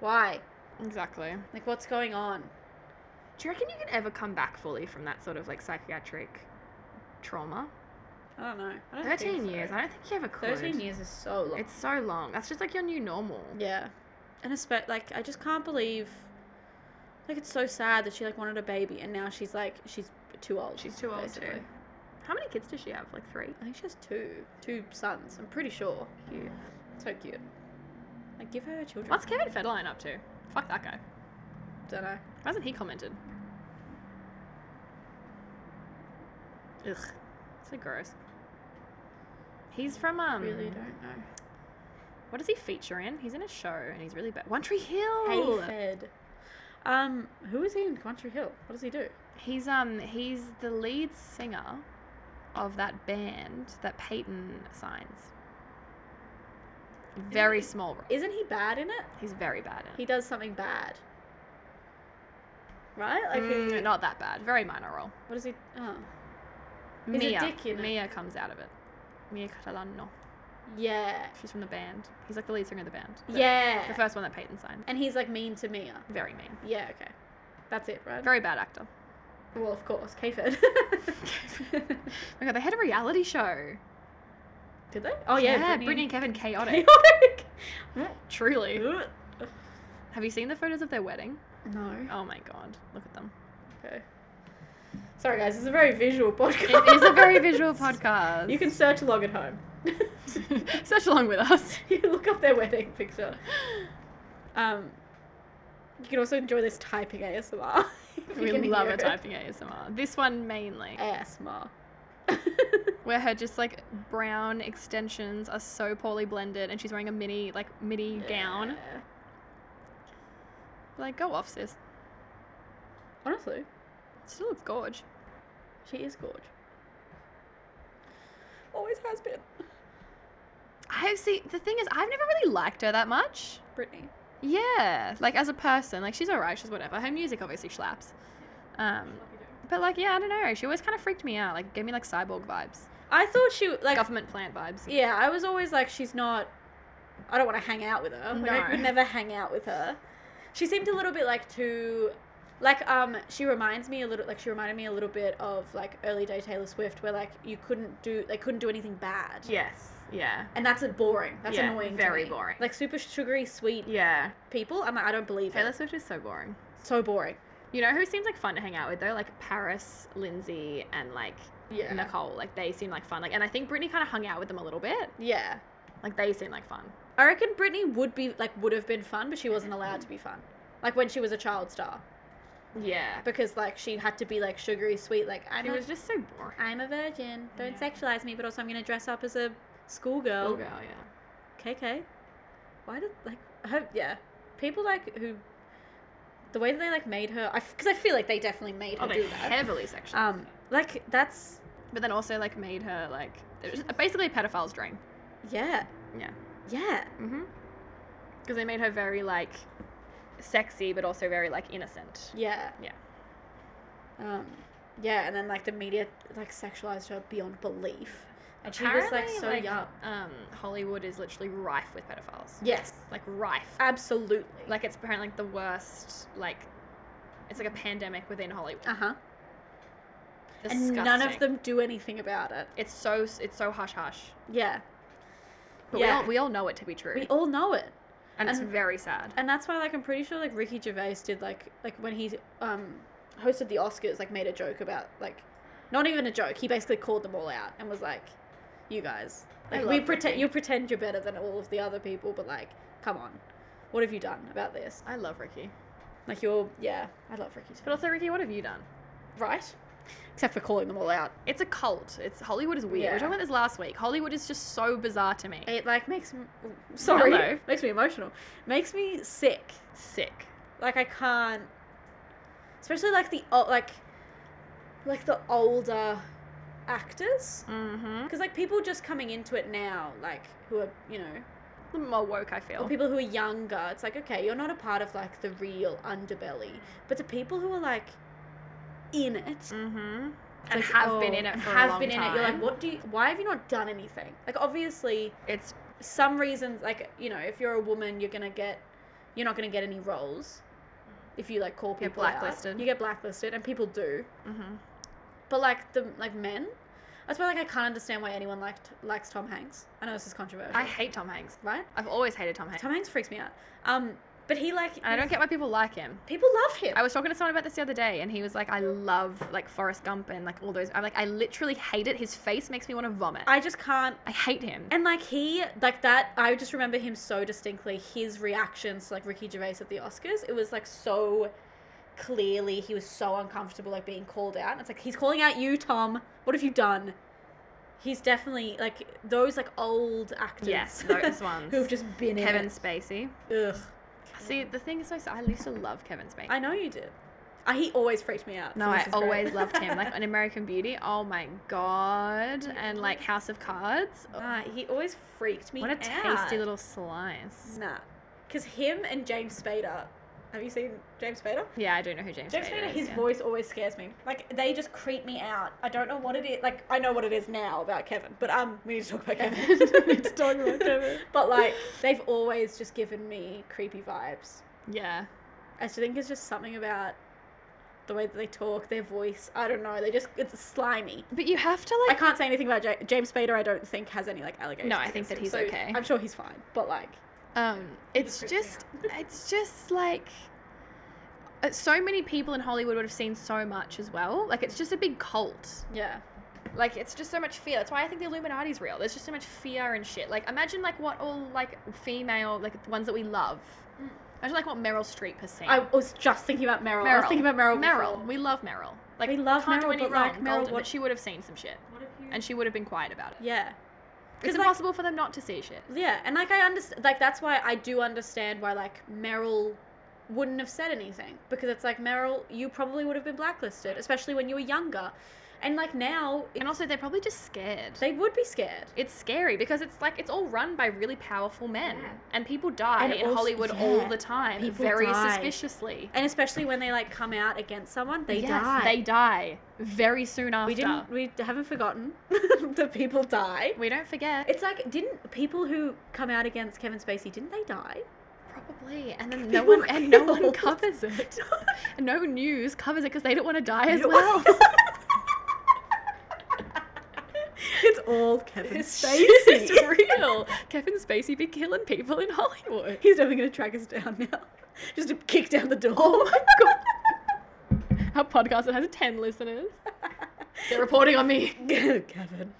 Why? Exactly. Like, what's going on? Do you reckon you can ever come back fully from that sort of like psychiatric trauma? I don't know. I don't think 13 so. years. I don't think you ever could. Thirteen years is so long. It's so long. That's just like your new normal. Yeah. And espe- like I just can't believe like it's so sad that she like wanted a baby and now she's like she's too old. She's too old basically. too. How many kids does she have? Like three? I think she has two two sons, I'm pretty sure. Cute. So cute. Like give her her children. What's Kevin Federline up to? Fuck that guy. don't know. Why hasn't he commented? Ugh. So gross. He's from, um. Really don't know. What does he feature in? He's in a show and he's really bad. One Tree Hill! Hey Fed. Um, who is he in Country Hill? What does he do? He's um he's the lead singer of that band that Peyton signs. Very Really? small role. Isn't he bad in it? He's very bad in He it. does something bad. Right? Like Mm, he, not that bad. Very minor role. what does he oh. He's a Mia. dick in it. Mia comes out of it. Mia Catalano. Yeah. She's from the band. He's like the lead singer of the band. The- Yeah. The first one that Peyton signed. and he's like mean to Mia. Very mean. Yeah, okay. That's it, right? Very bad actor. Well, of course, K-Fed. Oh my god, they had a reality show. Did they? Oh yeah, Brittany and Kevin chaotic. Chaotic. Truly. Have you seen the photos of their wedding? no. Oh my god. Look at them. Okay. Sorry, guys. This is a very visual podcast. It is a very visual podcast. You can search along at home. Search along with us. you look up their wedding picture. Um, you can also enjoy this typing ASMR. if you We can love hear a typing ASMR. This one mainly, ASMR. where her just like brown extensions are so poorly blended, and she's wearing a mini like mini gown. Yeah. Like, go off, sis. Honestly, Still looks gorge. she is gorge. Always has been. I see. The thing is, I've never really liked her that much. Brittany. Yeah, like as a person, like she's alright. She's whatever. Her music obviously slaps. Um, but like, yeah, I don't know. She always kind of freaked me out. Like, gave me like cyborg vibes, I thought she like government plant vibes. yeah. I was always like she's not. I don't want to hang out with her. Like, I No. could never hang out with her. She seemed a little bit like too. Like um, she reminds me a little. Like she reminded me a little bit of like early day Taylor Swift, where like you couldn't do they couldn't do anything bad. Yes. Yeah. And that's uh, boring. That's Yeah, annoying. to very me. boring. Like super sugary sweet Yeah. people. I'm like I don't believe Taylor it. Swift is so boring. So boring. You know who seems like fun to hang out with though? Like Paris, Lindsay, and like Yeah. Nicole. Like they seem like fun. Like and I think Brittany kind of hung out with them a little bit. Yeah. Like they seem like fun. I reckon Britney would be like would have been fun, but she wasn't allowed to be fun. Like when she was a child star. Yeah. because like she had to be like sugary sweet like But I'm she a, was just so boring. I'm a virgin don't Yeah. sexualize me but also I'm gonna dress up as a schoolgirl girl, Oh, yeah. KK why did like her, yeah people like who the way that they like made her because I, feel like they definitely made her Oh, they do that heavily sexualized. um like that's but then also like made her like it was basically a pedophile's dream. yeah Yeah. yeah Mm-hmm. Because they made her very like sexy, but also very like innocent. yeah Yeah. um yeah and then like the media like sexualized her beyond belief and she was Apparently, like so young Um, Hollywood is literally rife with pedophiles. yes Like rife. absolutely like it's apparently like the worst like it's like a pandemic within Hollywood. uh-huh and none Disgusting. of them do anything about it. It's so it's so hush hush. Yeah. But Yeah. we, all, we all know it to be true. We all know it. and it's and- very sad. And that's why, like, I'm pretty sure, like, Ricky Gervais did, like, like when he um, hosted the Oscars, like, made a joke about, like, not even a joke. He basically called them all out and was like, "You guys, I like, we love pretend Ricky. you pretend you're better than all of the other people, but like, come on, what have you done about this? I love Ricky. Like, you're yeah, I love Ricky, too. But also, Ricky, what have you done? right? Except for calling them all out, It's a cult. It's Hollywood is weird. We Yeah. were talking about this last week. Hollywood is just so bizarre to me. it like makes m- sorry, Hello. makes me emotional, makes me sick. Sick. like I can't, especially like the o- like, like the older actors, Mm-hmm. because like people just coming into it now, like who are you know, The more woke I or feel. people who are younger. It's like okay, you're not a part of like the real underbelly, but the people who are like in Mm-hmm. it it's And like, have been oh, in it and for have a long been in it. You're like, time. what do you? Why have you not done anything? Like obviously, It's some reasons like you know if you're a woman you're gonna get you're not gonna get any roles if you like call Get people out. blacklisted. you get blacklisted and people do mm-hmm. but like the like men that's why like i can't understand why anyone liked likes tom hanks i know this is controversial I hate Tom Hanks. right I've always hated Tom Hanks. tom hanks freaks me out um but he like And I don't get why people like him. people love him I was talking to someone about this the other day, and he was like, "I love like Forrest Gump and like all those." I'm like, I literally hate it. His face makes me want to vomit. I, I just can't hate him. and like he like that i just remember him so distinctly his reactions to like ricky gervais at the oscars it was like so clearly he was so uncomfortable like being called out and it's like he's calling out you tom what have you done he's definitely like those like old actors yes, those ones. who've just been Kevin in Spacey. it. ugh See, the thing is, so sad. I used to love Kevin Spacey. i know you did uh, he always freaked me out no, so I this is great. always loved him. Like on American Beauty, oh my god, and like House of Cards. Oh, nah, Ah, he always freaked me what a out tasty little slice. nah because him and james spader have you seen james spader Yeah, I don't know who James. James Spader Spader, is, his yeah. voice always scares me. Like they just creep me out. I don't know what it is. Like I know what it is now about Kevin, but um, we need to talk about Kevin. We need to talk about Kevin. But like they've always just given me creepy vibes. Yeah. I just think it's just something about the way that they talk, their voice. I don't know. They just it's slimy. But you have to I like. can't say anything about J- James Spader. I don't think has any like allegations. No, I think against that him, he's so okay. I'm sure he's fine. But like, Um, it's freaked me just, it's just like, uh, so many people in Hollywood would have seen so much as well. Like, it's just a big cult. yeah, Like, it's just so much fear. That's why I think the Illuminati's real. There's just so much fear and shit. Like, imagine like what all like female like the ones that we love. Mm. Imagine like what Meryl Streep has seen. I was just thinking about Meryl. I was Meryl. thinking about Meryl. Meryl, before. we love Meryl. Like, We love can't Meryl, do any but, wrong. like, Meryl, Golden, what- but she would have seen some shit, and she would have been quiet about it. yeah. It's 'Cause, like- impossible for them not to see shit. Yeah, and like I understand, like that's why I do understand why like Meryl wouldn't have said anything because it's like Meryl, you probably would have been blacklisted, especially when you were younger, and like now it- And also, they're probably just scared. they would be scared. it's scary because it's like it's all run by really powerful men Yeah. and people die And in also- hollywood yeah, all the time people very die. suspiciously And especially when they like come out against someone, they Yes, die. they die very soon after we, we didn't. We haven't forgotten that people die. don't forget It's like didn't people who come out against Kevin Spacey didn't they die? probably and then no People one and no one killed. covers it and no news covers it because they don't want to die as You- well it's all Kevin This Spacey. shit is real. Kevin Spacey be killing people in Hollywood. He's definitely gonna track us down now. Just to kick down the door. Our podcast that has ten listeners. They're reporting on me. Kevin.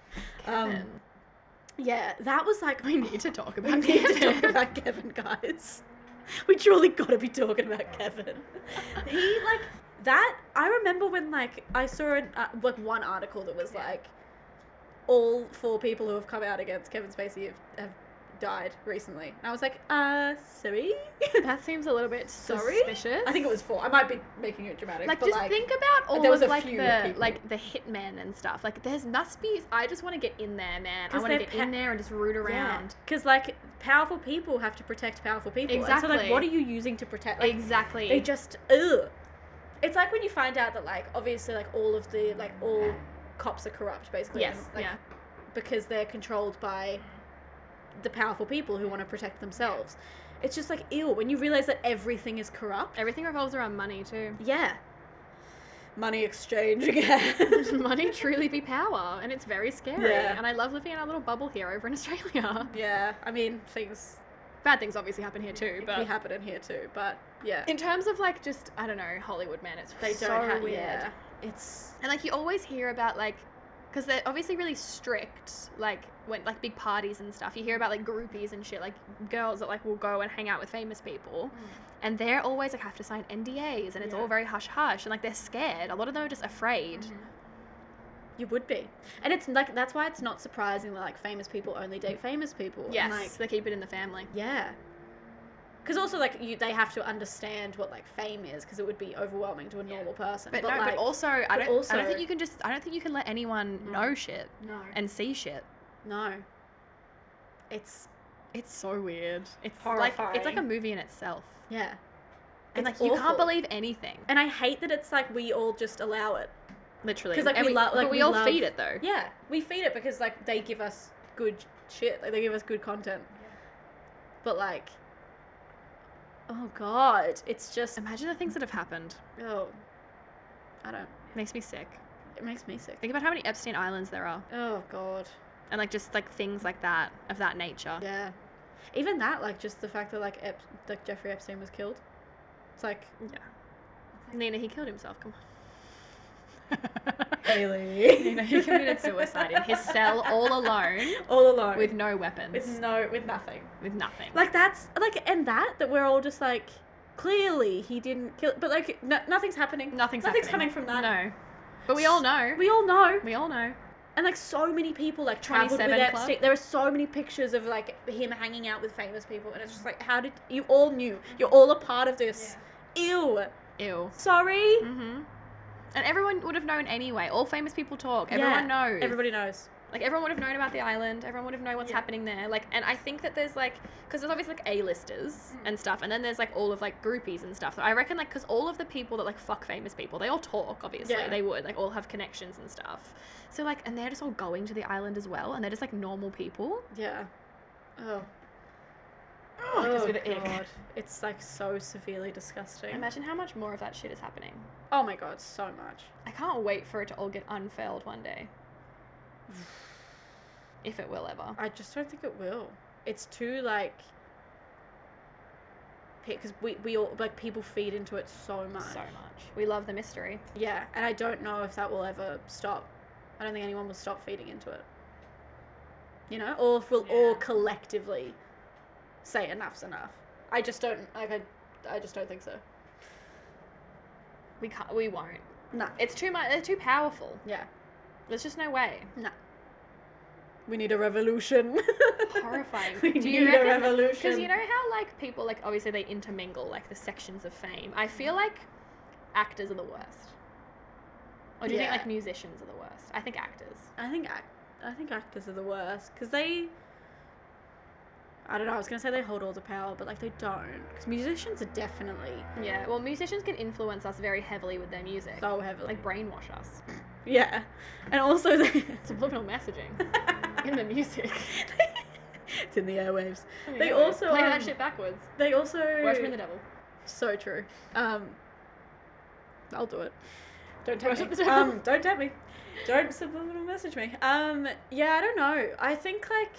Um, Um, yeah, that was like we need to talk we about need to talk Kevin. about Kevin, guys. We truly gotta be talking about Kevin. He like that. I remember when like I saw an, uh, like one article that was like all four people who have come out against Kevin Spacey have, have died recently. And I was like, uh, sorry. That seems a little bit Sorry? suspicious. I think it was four. I might be making it dramatic. like but, just like, think about all there was of a like few the people. like the hitmen and stuff. Like there's must be. I just want to get in there, man. I 'Cause want to they're get pa- in there and just root around. Because like powerful people have to protect powerful people. And so like Exactly. what are you using to protect like exactly. they just ugh. It's like when you find out that like obviously like all of the like all cops are corrupt basically. and, yes. like, yeah. Because they're controlled by the powerful people who want to protect themselves. It's just like ew when you realize that everything is corrupt. Everything revolves around money too. yeah. money exchange again. Money truly be power, and it's very scary. Yeah. And I love living in our little bubble here over in Australia. yeah, I mean things Bad things obviously happen here too, we but happen in here too, but yeah, in terms of like just I don't know Hollywood man, it's they so don't have weird. yeah, it's And like you always hear about like because they're obviously really strict, like when like big parties and stuff. You hear about like groupies and shit, like girls that like will go and hang out with famous people, and they're always like have to sign NDAs, and it's Yeah. all very hush hush, and like they're scared. A lot of them are just afraid. Mm-hmm. you would be, and it's like that's why it's not surprising that like famous people only date famous people. and, Yes, like, they keep it in the family. Yeah. Because also, like, you, they have to understand what like fame is, because it would be overwhelming to a Yeah. normal person. But, no, like, but also I but don't. I don't also- Mm. think you can just. I don't think you can let anyone No. know shit no, and see shit. no, it's It's so weird. It's like it's like a Horrifying. movie in itself. yeah, And It's like you can't awful. believe anything. and I hate that it's like we all just allow it. Literally. 'Cause, like, And we lo- like, but we, we all love- feed it though. Yeah, we feed it because like they give us good shit, like they give us good content. But like, oh god, it's just Imagine the things that have happened. oh, I don't. makes me sick. It makes me sick. Think about how many Epstein Islands there are, Oh god. and like just like things like that of that nature. Yeah. Even that, like, just the fact that like, Ep- like Jeffrey Epstein was killed. It's like Nina, he killed himself. Come on. Haley. Nina, he committed suicide in his cell all alone all alone with with no weapons, with no with nothing. with nothing. Like that's like and that that we're all just like clearly he didn't kill, but like no, nothing's happening. nothing's nothing's happening. coming from that. No, but we all know. We all know, We all know. and like so many people like traveled with 27 Club. Epstein. There are so many pictures of like him hanging out with famous people, and it's just like, how did you all knew? You're all a part of this. Ew. Ew. Sorry. Mhm. And everyone would have known anyway. All famous people talk. Everyone knows. Everybody knows. Like everyone would have known about the island. Everyone would have known what's Yeah. happening there. Like, and I think that there's like, because there's obviously like A-listers Mm. and stuff, and then there's like all of like groupies and stuff. So I reckon like, because all of the people that like fuck famous people, they all talk. Obviously, Yeah. they would like all have connections and stuff. So like, and they're just all going to the island as well, and they're just like normal people. Yeah. Oh. it gives me the ick. It's like so severely disgusting. Imagine how much more of that shit is happening. oh my god, so much. I can't wait for it to all get unfurled one day. if it will ever. I just don't think it will. It's too like because we, we all like people feed into it so much. So much. We love the mystery. Yeah, and I don't know if that will ever stop. I don't think anyone will stop feeding into it. You know, or if we'll all Yeah. collectively say enough's enough. I just don't like I I just don't think so. We can't. We won't. No. It's too much. They're too powerful. Yeah. There's just no way. We need a revolution. Horrifying. we Do need you a reckon- revolution. Because you know how like people like obviously they intermingle like the sections of fame. I feel Mm. like actors are the worst. Or do you Yeah. think like musicians are the worst? I think actors. I think act- I think actors are the worst because they. I don't know. I was gonna say they hold all the power, but like they don't. Because musicians are definitely Yeah. Well, musicians can influence us very heavily with their music. so heavily. like brainwash us. yeah, and also they. Subliminal messaging in the music. it's in the airwaves. Yeah. also, play um, that shit backwards. They also. Worship the devil. So true. Um, I'll do it. Don't tempt Worship me. the devil. Um, don't tempt me. Don't subliminal message me. Um, yeah, I don't know. I think like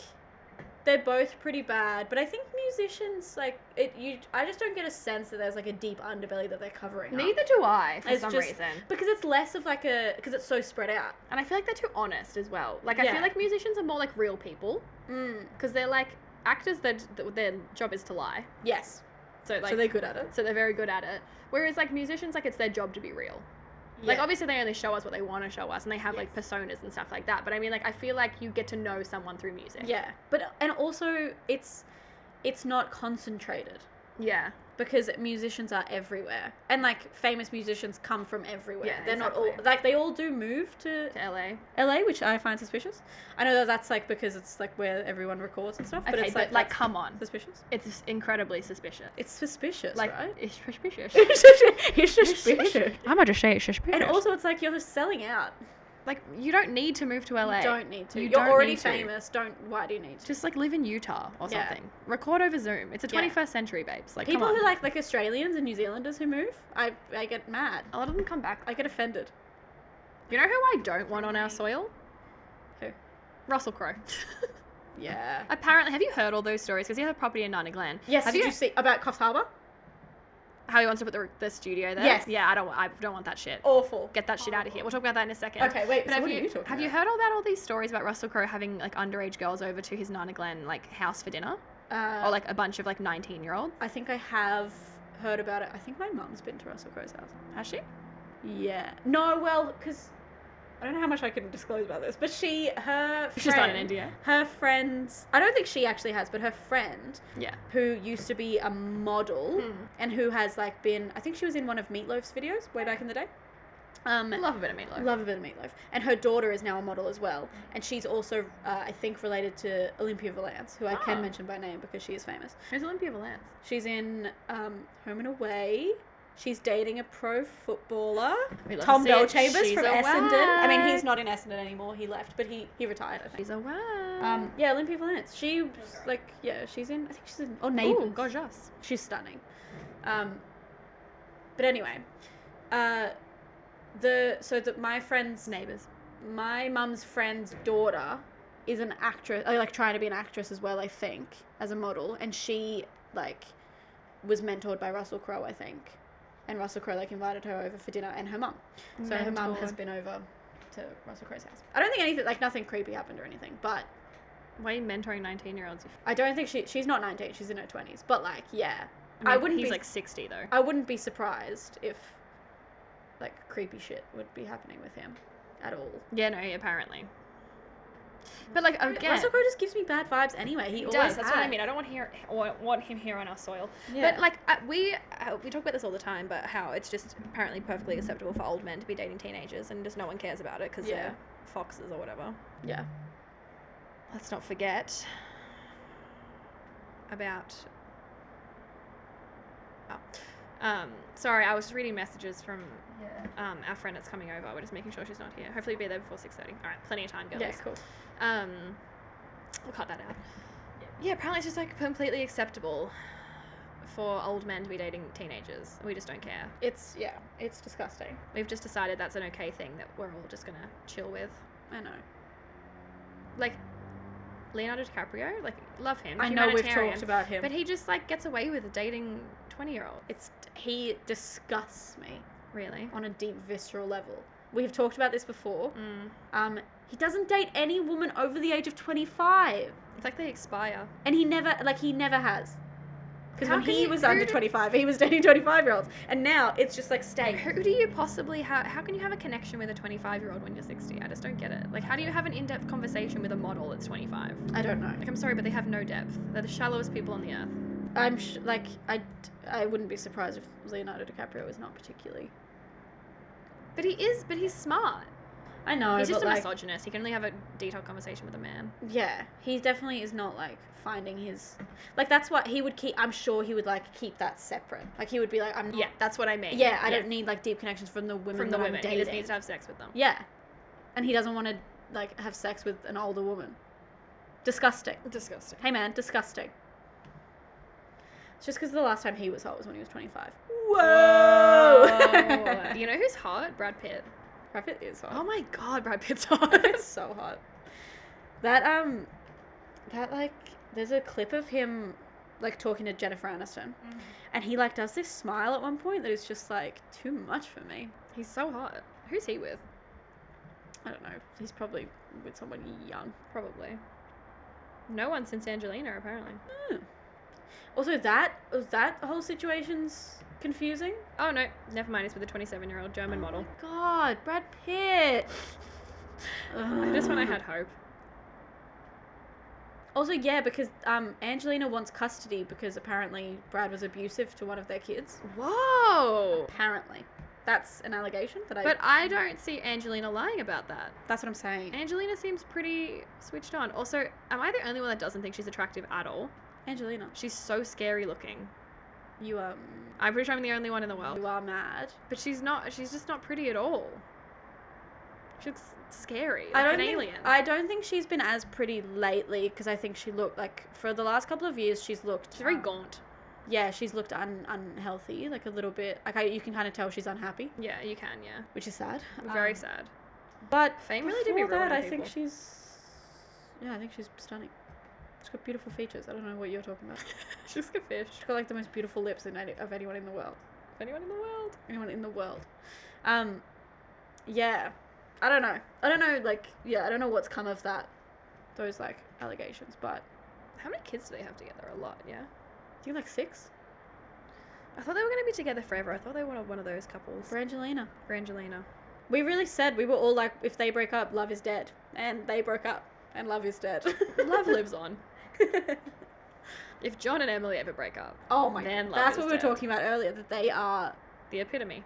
they're both pretty bad, but I think musicians like it. You, I just don't get a sense that there's like a deep underbelly that they're covering. up. Neither do I for It's some just- reason. Because it's less of like a because it's so spread out. And I feel like they're too honest as well. Like I Yeah. feel like musicians are more like real people Mm. because they're like actors. Their their job is to lie. Yes. So like so they're good at it. so they're very good at it. Whereas like musicians, like it's their job to be real. Like Yeah. obviously they only show us what they want to show us, and they have like Yes. personas and stuff like that. But I mean, like I feel like you get to know someone through music. Yeah, but and also it's it's not concentrated. Yeah. because musicians are everywhere and like famous musicians come from everywhere Yeah, they're not all exactly. like they all do move to To LA. la which i find suspicious i know that that's like because it's like where everyone records and stuff but okay, it's but like, like that's come on, suspicious it's incredibly suspicious. it's suspicious like right it's suspicious. it's suspicious I might just say it's suspicious. and also it's like you're just selling out like you don't need to move to LA. You don't need to. You You don't are already need to. famous. Don't. Why do you need to? Just like live in Utah or Yeah. something. Record over Zoom. It's a Yeah. 21st century, babes. Like People come on. who like like Australians and New Zealanders who move, I I get mad. a lot of them come back. I get offended. You know who I don't want on our soil? Who? Russell Crowe. Yeah. Apparently, have you heard all those stories? Because he had a property in Nana Glen. Yes. Have did you, see about Coffs Harbour? How he wants to put the, the studio there? Yes. Yeah, I don't. wa- I don't want that shit. Awful. Get that shit out of here. We'll talk about that in a second. Okay. Wait. But so have what you, are you talking have you about? heard all about all these stories about Russell Crowe having like underage girls over to his Nana Glen like house for dinner, Uh, or like a bunch of like nineteen year olds? I think I have heard about it. I think my mum's been to Russell Crowe's house. Has she? Yeah. No. Well, because I don't know how much I can disclose about this, but she her friend, She's not in India. her friends. I don't think she actually has, but her friend Yeah. who used to be a model and who has like been. I think she was in one of Meatloaf's videos way back in the day. Um, I love a bit of meatloaf. Love a bit of meatloaf. And her daughter is now a model as well. And she's also, uh, I think, related to Olympia Valance, who I Ah. can mention by name because she is famous. Who's Olympia Valance? She's in um, Home and Away. She's dating a pro footballer, We love Tom to see it. Bell Chambers She's from a Essendon. I mean, he's wag. not in Essendon anymore. He left, but he, he retired, I think. She's a wow. Um, yeah, Olympia Valance. She was like, yeah, she's in, I think she's in, oh, Neighbours. Ooh, gorgeous. She's stunning. Um, but anyway, uh, the so that my friend's Neighbours. my mum's friend's daughter is an actress uh, like trying to be an actress as well i think as a model and she like was mentored by russell crowe i think and russell crowe like invited her over for dinner and her mum so her mum has Mentored. been over to russell crowe's house i don't think anything like nothing creepy happened or anything but Why are you mentoring nineteen year olds? i don't think she she's not 19 she's in her 20s but like yeah I wouldn't He's be- like sixty though. i wouldn't be surprised if like creepy shit would be happening with him at all Yeah, no, apparently. But like again, Russell Crowe just gives me bad vibes anyway. He, he always does. That's what I has. mean. I don't want here or want him here on our soil. Yeah. But like uh, we uh, we talk about this all the time, but how it's just apparently perfectly acceptable for old men to be dating teenagers, and just no one cares about it because Yeah. they're foxes or whatever. yeah. Let's not forget about. Oh. Um, sorry, I was just reading messages from Yeah. um, our friend that's coming over. We're just making sure she's not here. Hopefully, be there before six thirty. All right, plenty of time, girls. Yeah, cool. Um, we'll cut that out. Yeah, apparently it's just like completely acceptable for old men to be dating teenagers. We just don't care. It's yeah, it's disgusting. We've just decided that's an okay thing that we're all just gonna chill with. I know. Like Leonardo DiCaprio, like love him. I know we've humanitarian, talked about him, but he just like gets away with dating twenty-year-olds. it's he disgusts me Really. on a deep visceral level. We've talked about this before. Mm. Um, he doesn't date any woman over the age of twenty five, It's like they expire. and he never like he never has. Because How when can he you- was who under did- twenty five, he was dating twenty five year olds, and now it's just like stay. Who do you possibly have? How can you have a connection with a 25 year old when you're 60? I just don't get it. Like, how do you have an in depth conversation with a model that's 25? I don't know. Like, I'm sorry, but they have no depth. They're the shallowest people on the earth. I'm sh- like I, d- I wouldn't be surprised if Leonardo DiCaprio was not particularly. But he is, but he's smart. I know. he's just a but, like, misogynist. He can only have a detailed conversation with a man. Yeah, he definitely is not like finding his like that's what he would keep. I'm sure he would like keep that separate. Like he would be like, I'm not, Yeah, that's what I mean. yeah, I don't need like deep connections from the women from the that women. I'm He dating. just needs to have sex with them. yeah, and he doesn't want to like have sex with an older woman. Disgusting. Disgusting. Hey man, disgusting. It's just because the last time he was hot was when he was 25. Whoa. you know who's hot? Brad Pitt. Brad Pitt is hot. Oh my god, Brad Pitt's hot. it's so hot. That um, that like, there's a clip of him like talking to Jennifer Aniston, Mm-hmm. and he like does this smile at one point that is just like too much for me. He's so hot. Who's he with? I don't know. He's probably with someone young. Probably. No one since Angelina, apparently. Hmm. Also, that that whole situation's confusing. Oh no, never mind. It's with a 27 year old German model. Oh my God, Brad Pitt. Just when I had hope. Also, yeah, because um, Angelina wants custody because apparently Brad was abusive to one of their kids. Whoa! Apparently, that's an allegation that I. But I don't see Angelina lying about that. That's what I'm saying. Angelina seems pretty switched on. Also, am I the only one that doesn't think she's attractive at all? Angelina, She's so scary looking. you um, I'm Oh, pretty sure I'm the only one in the world. you are mad. But she's not, she's just not pretty at all. She looks scary. Like I don't an think, alien. I don't think she's been as pretty lately because I think she looked like for the last couple of years she's looked She's very gaunt. yeah she's looked un, unhealthy like a little bit like I, you can kind of tell she's unhappy Yeah, you can. Yeah, which is sad very Um, sad. but Fame really did be before ruining that I people. think she's yeah I think she's stunning she's got beautiful features I don't know what you're talking about She's like a fish. she's got like the most beautiful lips in any, of anyone in the world Anyone in the world? anyone in the world. Um, yeah, I don't know. I don't know. Like, yeah, I don't know what's come of that. Those like allegations, but How many kids do they have together? A lot. Yeah. I think like six I thought they were going to be together forever. I thought they were one of those couples. for Angelina. Brangelina. We really said we were all like, if they break up, love is dead, and they broke up, and love is dead. Love lives on. If John and Emily ever break up, oh my Then god, love is that's what we were dead. talking about earlier. That they are the epitome.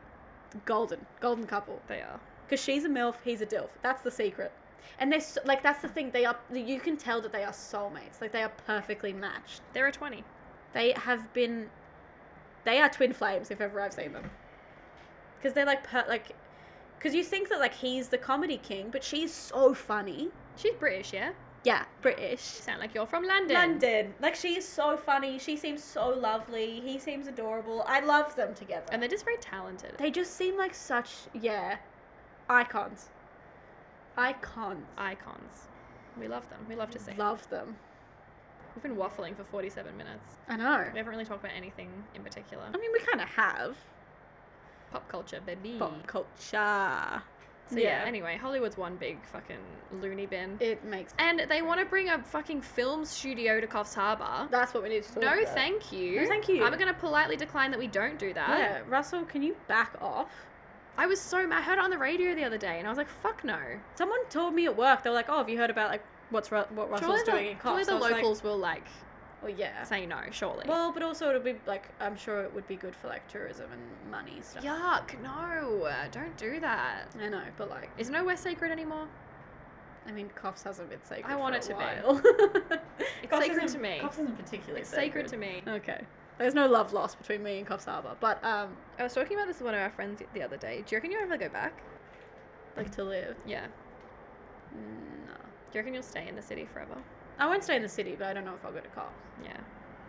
golden, golden couple. They are. Because she's a milf, he's a dilf. That's the secret. And they're so, like, that's the thing. They are. You can tell that they are soulmates. Like they are perfectly matched. There are 20. They have been. They are twin flames if ever I've seen them. Because they're like per like. Because you think that like he's the comedy king, but she's so funny. She's British, yeah? Yeah, British. You sound like you're from London. London. Like she is so funny. She seems so lovely. He seems adorable. I love them together. And they're just very talented. they just seem like such yeah, icons. Icons. Icons. We love them. We love to see. love them. We've been waffling for 47 minutes. I know. We haven't really talked about anything in particular. I mean, we kind of have Pop culture, baby. pop culture. So yeah. anyway, Hollywood's one big fucking loony bin. It makes. And they want to bring a fucking film studio to Coffs Harbour. That's what we need to talk No, about. thank you. No, thank you. I'm going to politely decline that we don't do that. Yeah, Russell, can you back off? I was so mad. I heard it on the radio the other day and I was like, fuck no. Someone told me at work they were like, "Oh, have you heard about like what's Ru- what Russell's Surely the, doing in surely cops?" the I was like, locals will like uh, well, yeah. say no, surely. Well, but also it'll be like I'm sure it would be good for like tourism and money stuff. Yuck, no. Don't do that. I know, but like Is nowhere sacred anymore? I mean, coughs hasn't been sacred. I want for it a to be. while. It's Coffs sacred isn't- to me. Coffs isn't particularly It's sacred to me. Okay, there's no love lost between me and Coffs Harbour, but um, I was talking about this with one of our friends the other day. Do you reckon you'll ever go back? like to live. Yeah. No, Do you reckon you'll stay in the city forever? I won't stay in the city, but I don't know if I'll go to cops. Yeah.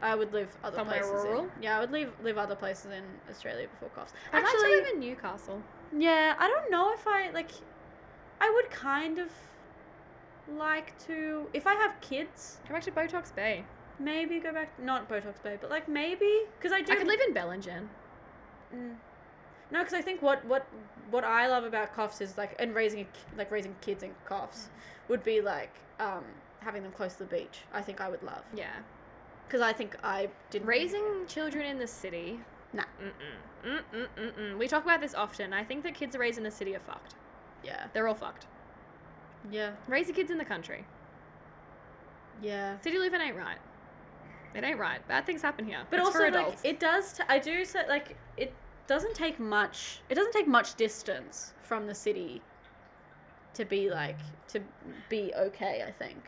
I would live other Somewhere places. in- rural? yeah, I would live live other places in Australia before coughs. I'd Actually, like to live in Newcastle. yeah, I don't know if I like. I would kind of like to if I have kids, Come back to Botox Bay. maybe go back not Botox Bay, but like maybe because I do. I could live in Bellingen. Mm. No, because I think what what what I love about coughs is like and raising a ki- like raising kids in coughs would be like um having them close to the beach. I think I would love Yeah. because I think I didn't Raising children in the city. Nah. Mm-mm. Mm-mm-mm-mm. We talk about this often. I think that kids raised in the city are fucked. Yeah, They're all fucked. yeah, Raise your kids in the country. yeah. City living ain't right. It ain't right. Bad things happen here. But It's also, for like, adults. it does. T- I do say, like, it doesn't take much. It doesn't take much distance from the city to be like to be okay. I think,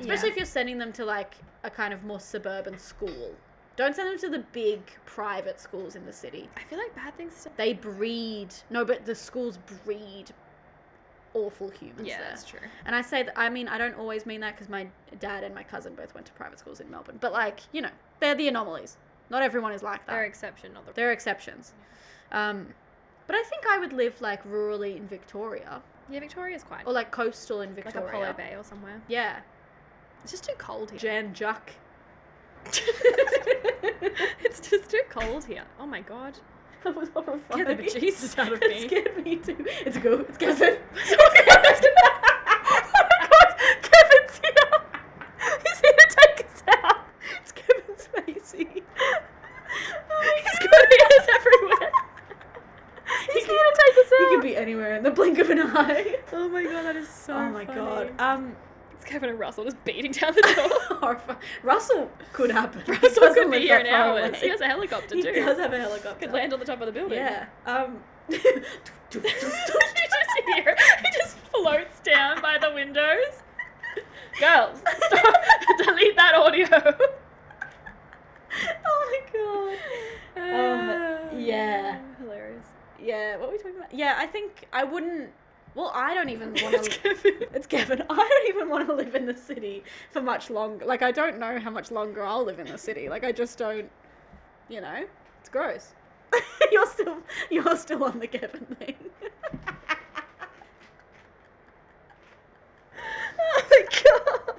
especially if you're sending them to like a kind of more suburban school. Don't send them to the big private schools in the city. I feel like bad things. Still- They breed. No, but the schools breed awful humans. yeah, there. that's true. And I say that, I mean, I don't always mean that because my dad and my cousin both went to private schools in Melbourne. But, like, you know, they're the anomalies. Not everyone is like that. They're There exception, not the. are exceptions. Um, but I think I would live, like, rurally in Victoria yeah, Victoria's quite or, like, coastal in like Victoria. Apollo Bay or somewhere. Yeah. It's just too cold here. Jan Juck. it's just too cold here. Oh my god. That was Get the horrifying. bejesus out of It me. scared me too. It's good. It's Kevin. It's Kevin. Oh my God, Kevin's here. He's here to take us out. It's Kevin Spacey. Oh He's got ears everywhere. He's here to take us out. He could be anywhere in the blink of an eye. Oh my god, that is so. oh my funny. god. Um, It's Kevin and Russell just beating down the door. horrifying. Russell could happen. Russell doesn't could be live here that in far hours. away. He has a helicopter He too. does have a helicopter. Could land on the top of the building. Yeah. Um. you just hear he just floats down by the windows. Girls, stop. delete that audio. oh my god. Um, Ah, yeah. hilarious. Yeah, what were we talking about? Yeah, I think I wouldn't Well, I don't even want it's to. Kevin. It's Kevin. I don't even want to live in the city for much longer. Like, I don't know how much longer I'll live in the city. Like, I just don't. You know, it's gross. you're still, you're still on the Kevin thing. Oh my god.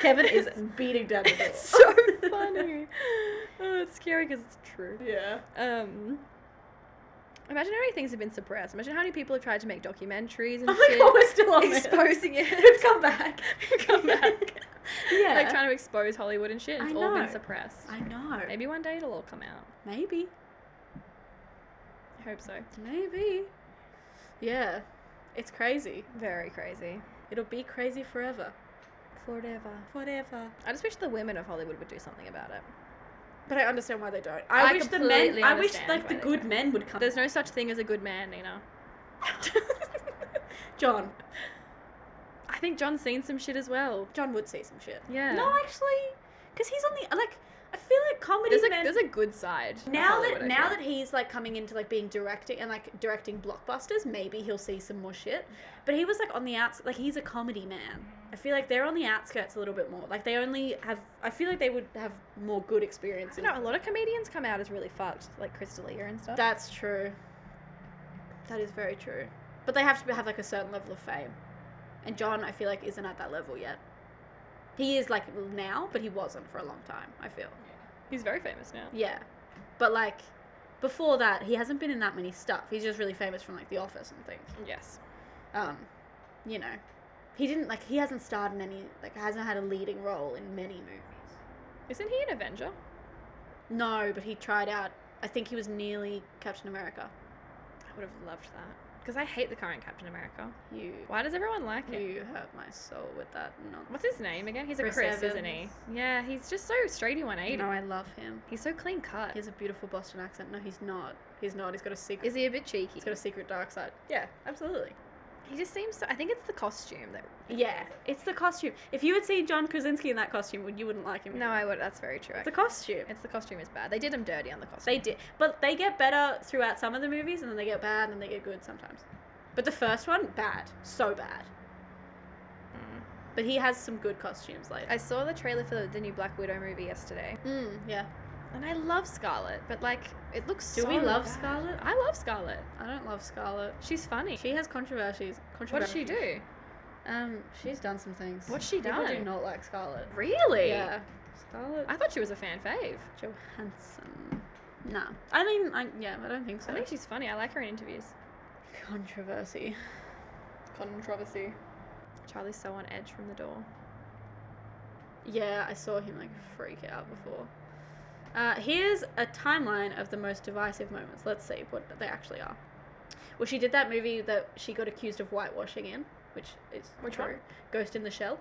Kevin is It's- beating down the door. It's so funny. Oh, it's scary because it's true. yeah. Um, imagine how many things have been suppressed. Imagine how many people have tried to make documentaries and Oh my shit, god, we're still on this. exposing it. We've come back. Come back. yeah. Like trying to expose Hollywood and shit. and It's I all been know. suppressed. I know. Maybe one day it'll all come out. Maybe. I hope so. Maybe. Yeah. It's crazy. Very crazy. It'll be crazy forever. Forever. Forever. I just wish the women of Hollywood would do something about it. But I understand why they don't. I, I wish the completely men. I wish understand like why the they good don't. men would come. There's no such thing as a good man, Nina. John. I think John's seen some shit as well. John would say some shit. Yeah. No, actually, because he's on the like. I feel like comedy there's a, men. there's a good side. of now Hollywood, that I now feel. that he's like coming into like being directing and like directing blockbusters, maybe he'll see some more shit. But he was like on the outs like he's a comedy man. I feel like they're on the outskirts a little bit more. Like they only have I feel like they would have more good I experiences. don't know, a lot of comedians come out as really fucked, like Crystalia and stuff. That's true. That is very true. But they have to have like a certain level of fame. And John, I feel like, isn't at that level yet. He is like now, but he wasn't for a long time, I feel. He's very famous now. Yeah. But like before that, he hasn't been in that many stuff. He's just really famous from like The Office and things. Yes. Um, you know, he didn't like he hasn't starred in any like hasn't had a leading role in many movies. Isn't he an Avenger? No, but he tried out. I think he was nearly Captain America. I would have loved that. Because I hate the current Captain America. You Why does everyone like him? you hurt my soul with that. No, What's his name again? He's a Chris Chris, isn't he? Evans. Yeah, he's just so straighty 180. no, I love him. He's so clean cut. He has a beautiful Boston accent. No, he's not. He's not. He's got a secret. Is he a bit cheeky? he's got a secret dark side. Yeah, absolutely. He just seems so. I think it's the costume that. Yeah, it's the costume. If you had seen John Krasinski in that costume, would you wouldn't like him? No, I would. That's very true. it's the costume. It's the costume is bad. They did him dirty on the costume. They did, but they get better throughout some of the movies, and then they get bad, and then they get good sometimes. But the first one, bad, so bad. Mm. But he has some good costumes later. I saw the trailer for the, the new Black Widow movie yesterday, Mm, yeah, and I love Scarlet, but like it looks. Do so we love bad. Scarlett? I love Scarlet. I don't love Scarlet. She's funny. She has controversies. what did she Controversies. do? Um, she's done some things. What's she People do done? not like Scarlet. Really? Yeah, Scarlet I thought she was a fan fave. Johansson. Nah, I mean, I, yeah, I don't think so. I think she's funny. I like her in interviews. Controversy. Controversy. Charlie's so on edge from the door. Yeah, I saw him like freak out before. Uh, here's a timeline of the most divisive moments. Let's see what they actually are. Well, she did that movie that she got accused of whitewashing in, which is Which true. one? Ghost in the Shell.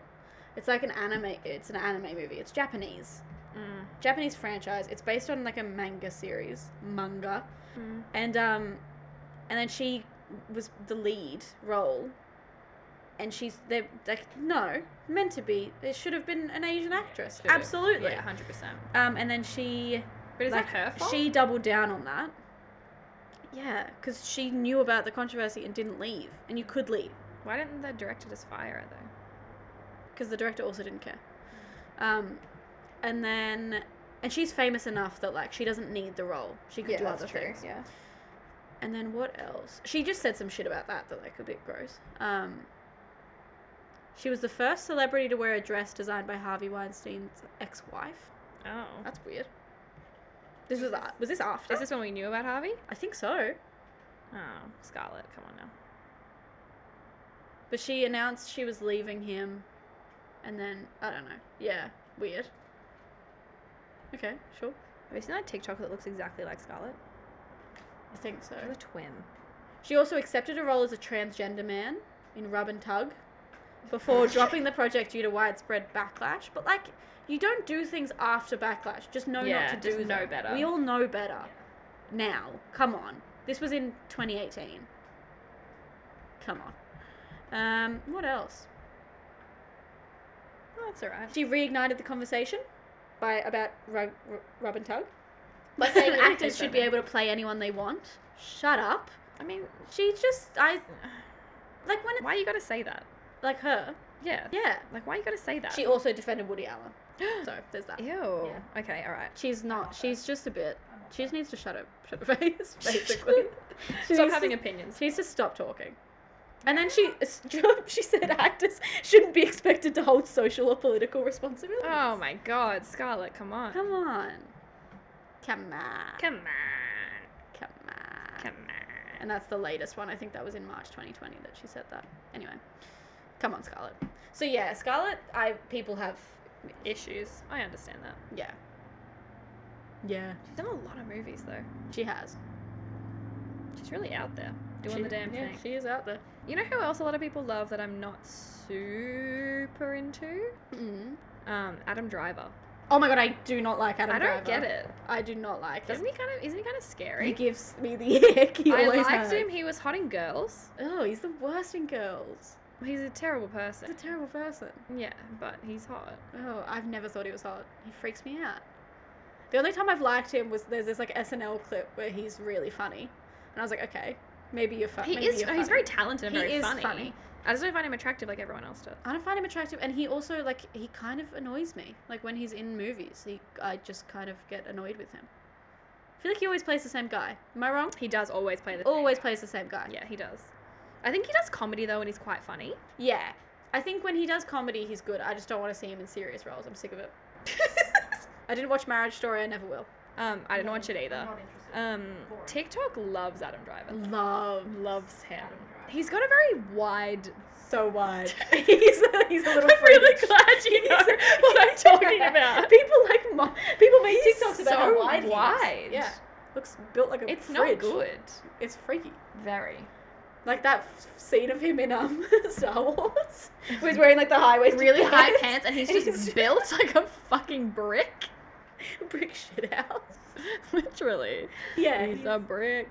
It's like an anime. It's an anime movie. It's Japanese. Mm. Japanese franchise. It's based on like a manga series, manga, Mm. and um, and then she was the lead role. And she's they're like no meant to be. It should have been an Asian actress. Should've. Absolutely. Yeah, hundred percent. Um, and then she But is like, that her fault? she doubled down on that. Yeah, because she knew about the controversy and didn't leave, and you could leave Why didn't the director just fire her though? because the director also didn't care. Um, and then and she's famous enough that like she doesn't need the role; she could do other things. Yeah. And then what else? She just said some shit about that that like a bit gross. Um, she was the first celebrity to wear a dress designed by Harvey Weinstein's ex-wife. Oh. That's weird. This was a- was this after? Is this when we knew about Harvey? I think so. Oh, Scarlett, come on now. But she announced she was leaving him, and then I don't know. Yeah, weird. Okay, sure. Have you seen that TikTok that looks exactly like Scarlett? I think so. She's a twin. She also accepted a role as a transgender man in Rub and Tug before dropping the project due to widespread backlash. But like, you don't do things after backlash. Just know Yeah, not to just do know them. better. We all know better now. Come on. This was in 2018. Come on. Um, what else? Oh, that's alright. She reignited the conversation by about rub, rub and tug by saying actors should be able to play anyone they want. Shut up. I mean, She just I like when it's why you gotta say that? like her. Yeah. Yeah. Like, why you gotta say that? She also defended Woody Allen. So there's that. Ew. Yeah. Okay, all right. She's not. She's just a bit. I'm not She just sure. needs to shut up. Shut her face, basically. She Stop needs having to, opinions. She needs to stop talking. And then she she said actors shouldn't be expected to hold social or political responsibility. Oh my god, Scarlett, come on. Come on. Come on. Come on. Come on. Come on. And that's the latest one. I think that was in March 2020 that she said that. Anyway, come on, Scarlett. So yeah, Scarlett. I people have Issues. I understand that. yeah. Yeah. She's done a lot of movies though. She has. She's really out there doing She- the damn yeah, thing. She is out there. You know who else a lot of people love that I'm not super into? Mm. Um, Adam Driver. Oh my god, I do not like Adam. I don't Driver. get it. I do not like Doesn't him. he kind of? Isn't he kind of He scary? gives me the ick. He I always liked has. him. He was hot in Girls. Oh, he's the worst in girls. He's a terrible He's a person. terrible person. Yeah, but he's hot. Oh, I've never thought he was hot. He freaks me out. The only time I've liked him was there's this like SNL clip where he's really funny, and I was like, okay, maybe you're funny. He is. Funny. He's very talented and He very is funny. funny. I just don't find him attractive like everyone else does. I don't find him attractive, and he also like he kind of annoys me. Like when he's in movies, he I just kind of get annoyed with him. I feel like he always plays the same guy. Am I wrong? He does always play the. same Always guy. plays the same guy. Yeah, he does. I think he does comedy though, and he's quite funny. Yeah. I think when he does comedy, he's good. I just don't want to see him in serious roles. I'm sick of it. I didn't watch Marriage Story. I never will. um, I didn't No, watch it either. I'm not interested. Um, Boring. TikTok loves Adam Driver. Love, Loves him. Adam Driver. He's got a very wide. so wide. he's a, he's a little I'm really freakish. glad you know what I'm talking about. People like mo- people make TikToks so about how wide. he is. wide. Yeah, looks built like a. It's fridge. not good. It's freaky. Very. Like that f- scene of him in um Star Wars, where he's wearing like the high waisted Really high pants, and he's just He's- built like a fucking brick. brick shit house. Literally. Yeah, He's a brick.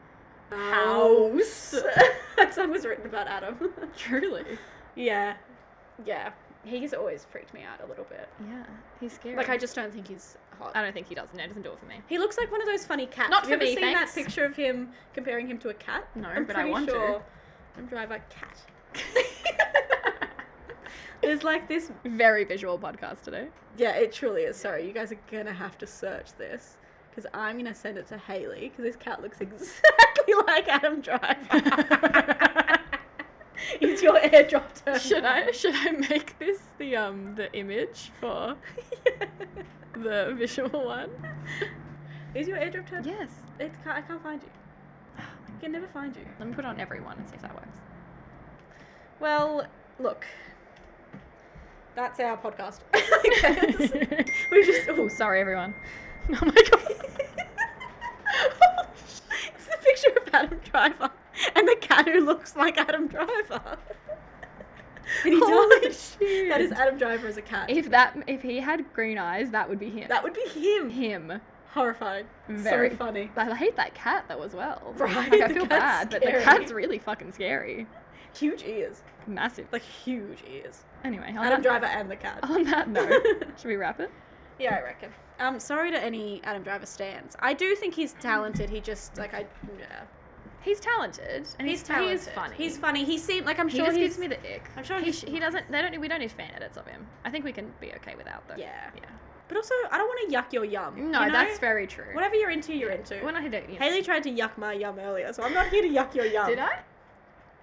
house. that song was written about Adam. Truly. yeah, yeah. He's always freaked me out a little bit. Yeah. He's scary. Like I just don't think he's hot. I don't think he does. No, it doesn't do it for me. He looks like one of those funny cats. Not Have you for ever me, seen thanks. that picture of him comparing him to a cat? No, I'm but I pretty want to. sure I'm driver cat. There's like this. Very visual podcast today. Yeah, it truly is. Sorry, you guys are gonna have to search this because I'm gonna send it to Haley because this cat looks exactly like Adam Driver. It's your airdrop term. Should I should I make this the um the image for the visual one? Is your airdrop term? Yes. It's, ca- I can't find you. I can never find you. Let me put it on everyone and see if that works. Well, look. That's our podcast. I guess. we just. Oh, Oh, sorry. sorry everyone. Oh my god. it's the picture of Adam Driver and the cat who looks like Adam Driver. and he Holy does. That is Adam Driver as a cat. If that if he had green eyes, that would be him. that would be him. him. Horrifying. Very. So funny. I hate that cat though as well. Right, Like I the feel bad, cat's but the scary. cat's really fucking scary. Huge ears. Massive. Like huge ears. Anyway, on that, Adam Driver and the cat. on that note, should we wrap it? Yeah, I reckon. Um, sorry to any Adam Driver stands. I do think he's talented. He just like I yeah. He's talented, and he's, he is funny. He's funny. He seemed like I'm he sure just he's, gives me the ick. I'm sure he, he's sh- he doesn't. They don't. We don't need fan edits of him. I think we can be okay without them. yeah. Yeah. But also, I don't want to yuck your yum. No, you know? that's very true. whatever you're into, you're into. When I don't. You know. Haley tried to yuck my yum earlier, so I'm not here to yuck your yum. Did I?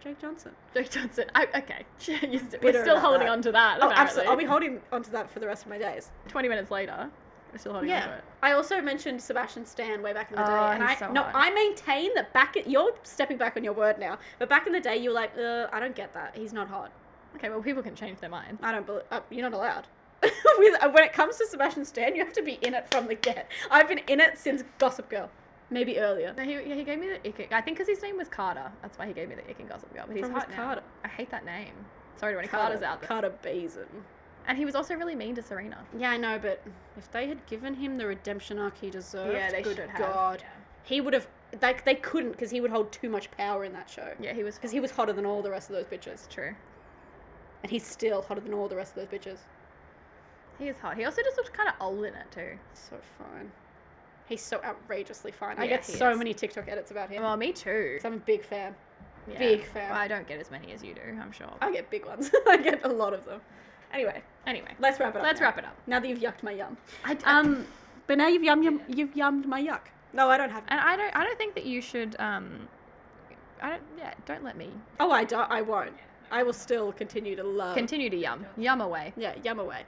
Jake Johnson. Jake Johnson. I, okay. You're st- Bitter we're still about holding that. on to that. Oh, absolutely. I'll be apparently. holding onto that for the rest of my days. Twenty minutes later, we're still holding on to it. I also mentioned Sebastian Stan way back in the day, Oh, Oh, and he's I so no, hot. I maintain that back. In, you're stepping back on your word now, but back in the day, you were like, uh, I don't get that. He's not hot. Okay. Well, people can change their minds. I don't believe uh, you're not allowed. With, uh, when it comes to Sebastian Stan, you have to be in it from the get. I've been in it since Gossip Girl, maybe earlier. No, he, yeah, he gave me the ick. I think because his name was Carter. That's why he gave me the ick in Gossip Girl. But he's From his hot now. Carter. I hate that name. Sorry to any Carters out there. Carter Bazin. And he was also really mean to Serena. Yeah, I know, but if they had given him the redemption arc he deserved, good should have. God, he would have. Like they couldn't because he would hold too much power in that show. Yeah, he was. Because he was hotter than all the rest of those bitches, True. and he's still hotter than all the rest of those bitches. He is hot. He also just looked kind of old in it too. So fine. He's so outrageously fine. I Yeah, get he so is. many TikTok edits about him. Well, me too. 'cause I'm a big fan. Yeah. Big fan. Well, I don't get as many as you do, I'm sure. I get big ones. I get a lot of them. Anyway, Anyway, let's wrap it up. let's now. wrap it up. Now that you've yucked my yum. I d- Um, but now you've yum, yum you've yummed my yuck. No, I don't have. and I don't. I don't think that you should. Um, I don't. Yeah, don't let me Oh, I don't. I won't. I will still continue to love. continue to yum. Yum away. Oh. yeah, yum away.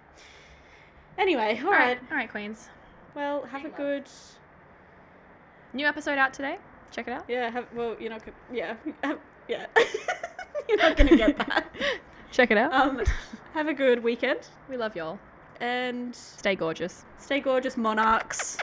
Anyway, all All right. right. All right, Queens. Well, have a Hang on. good. New episode out today. Check it out. Yeah. Have, well, you're not. Gonna, yeah. have- yeah. you're not gonna get that. Check it out. Um, have a good weekend we love y'all. and Stay gorgeous. stay gorgeous, monarchs.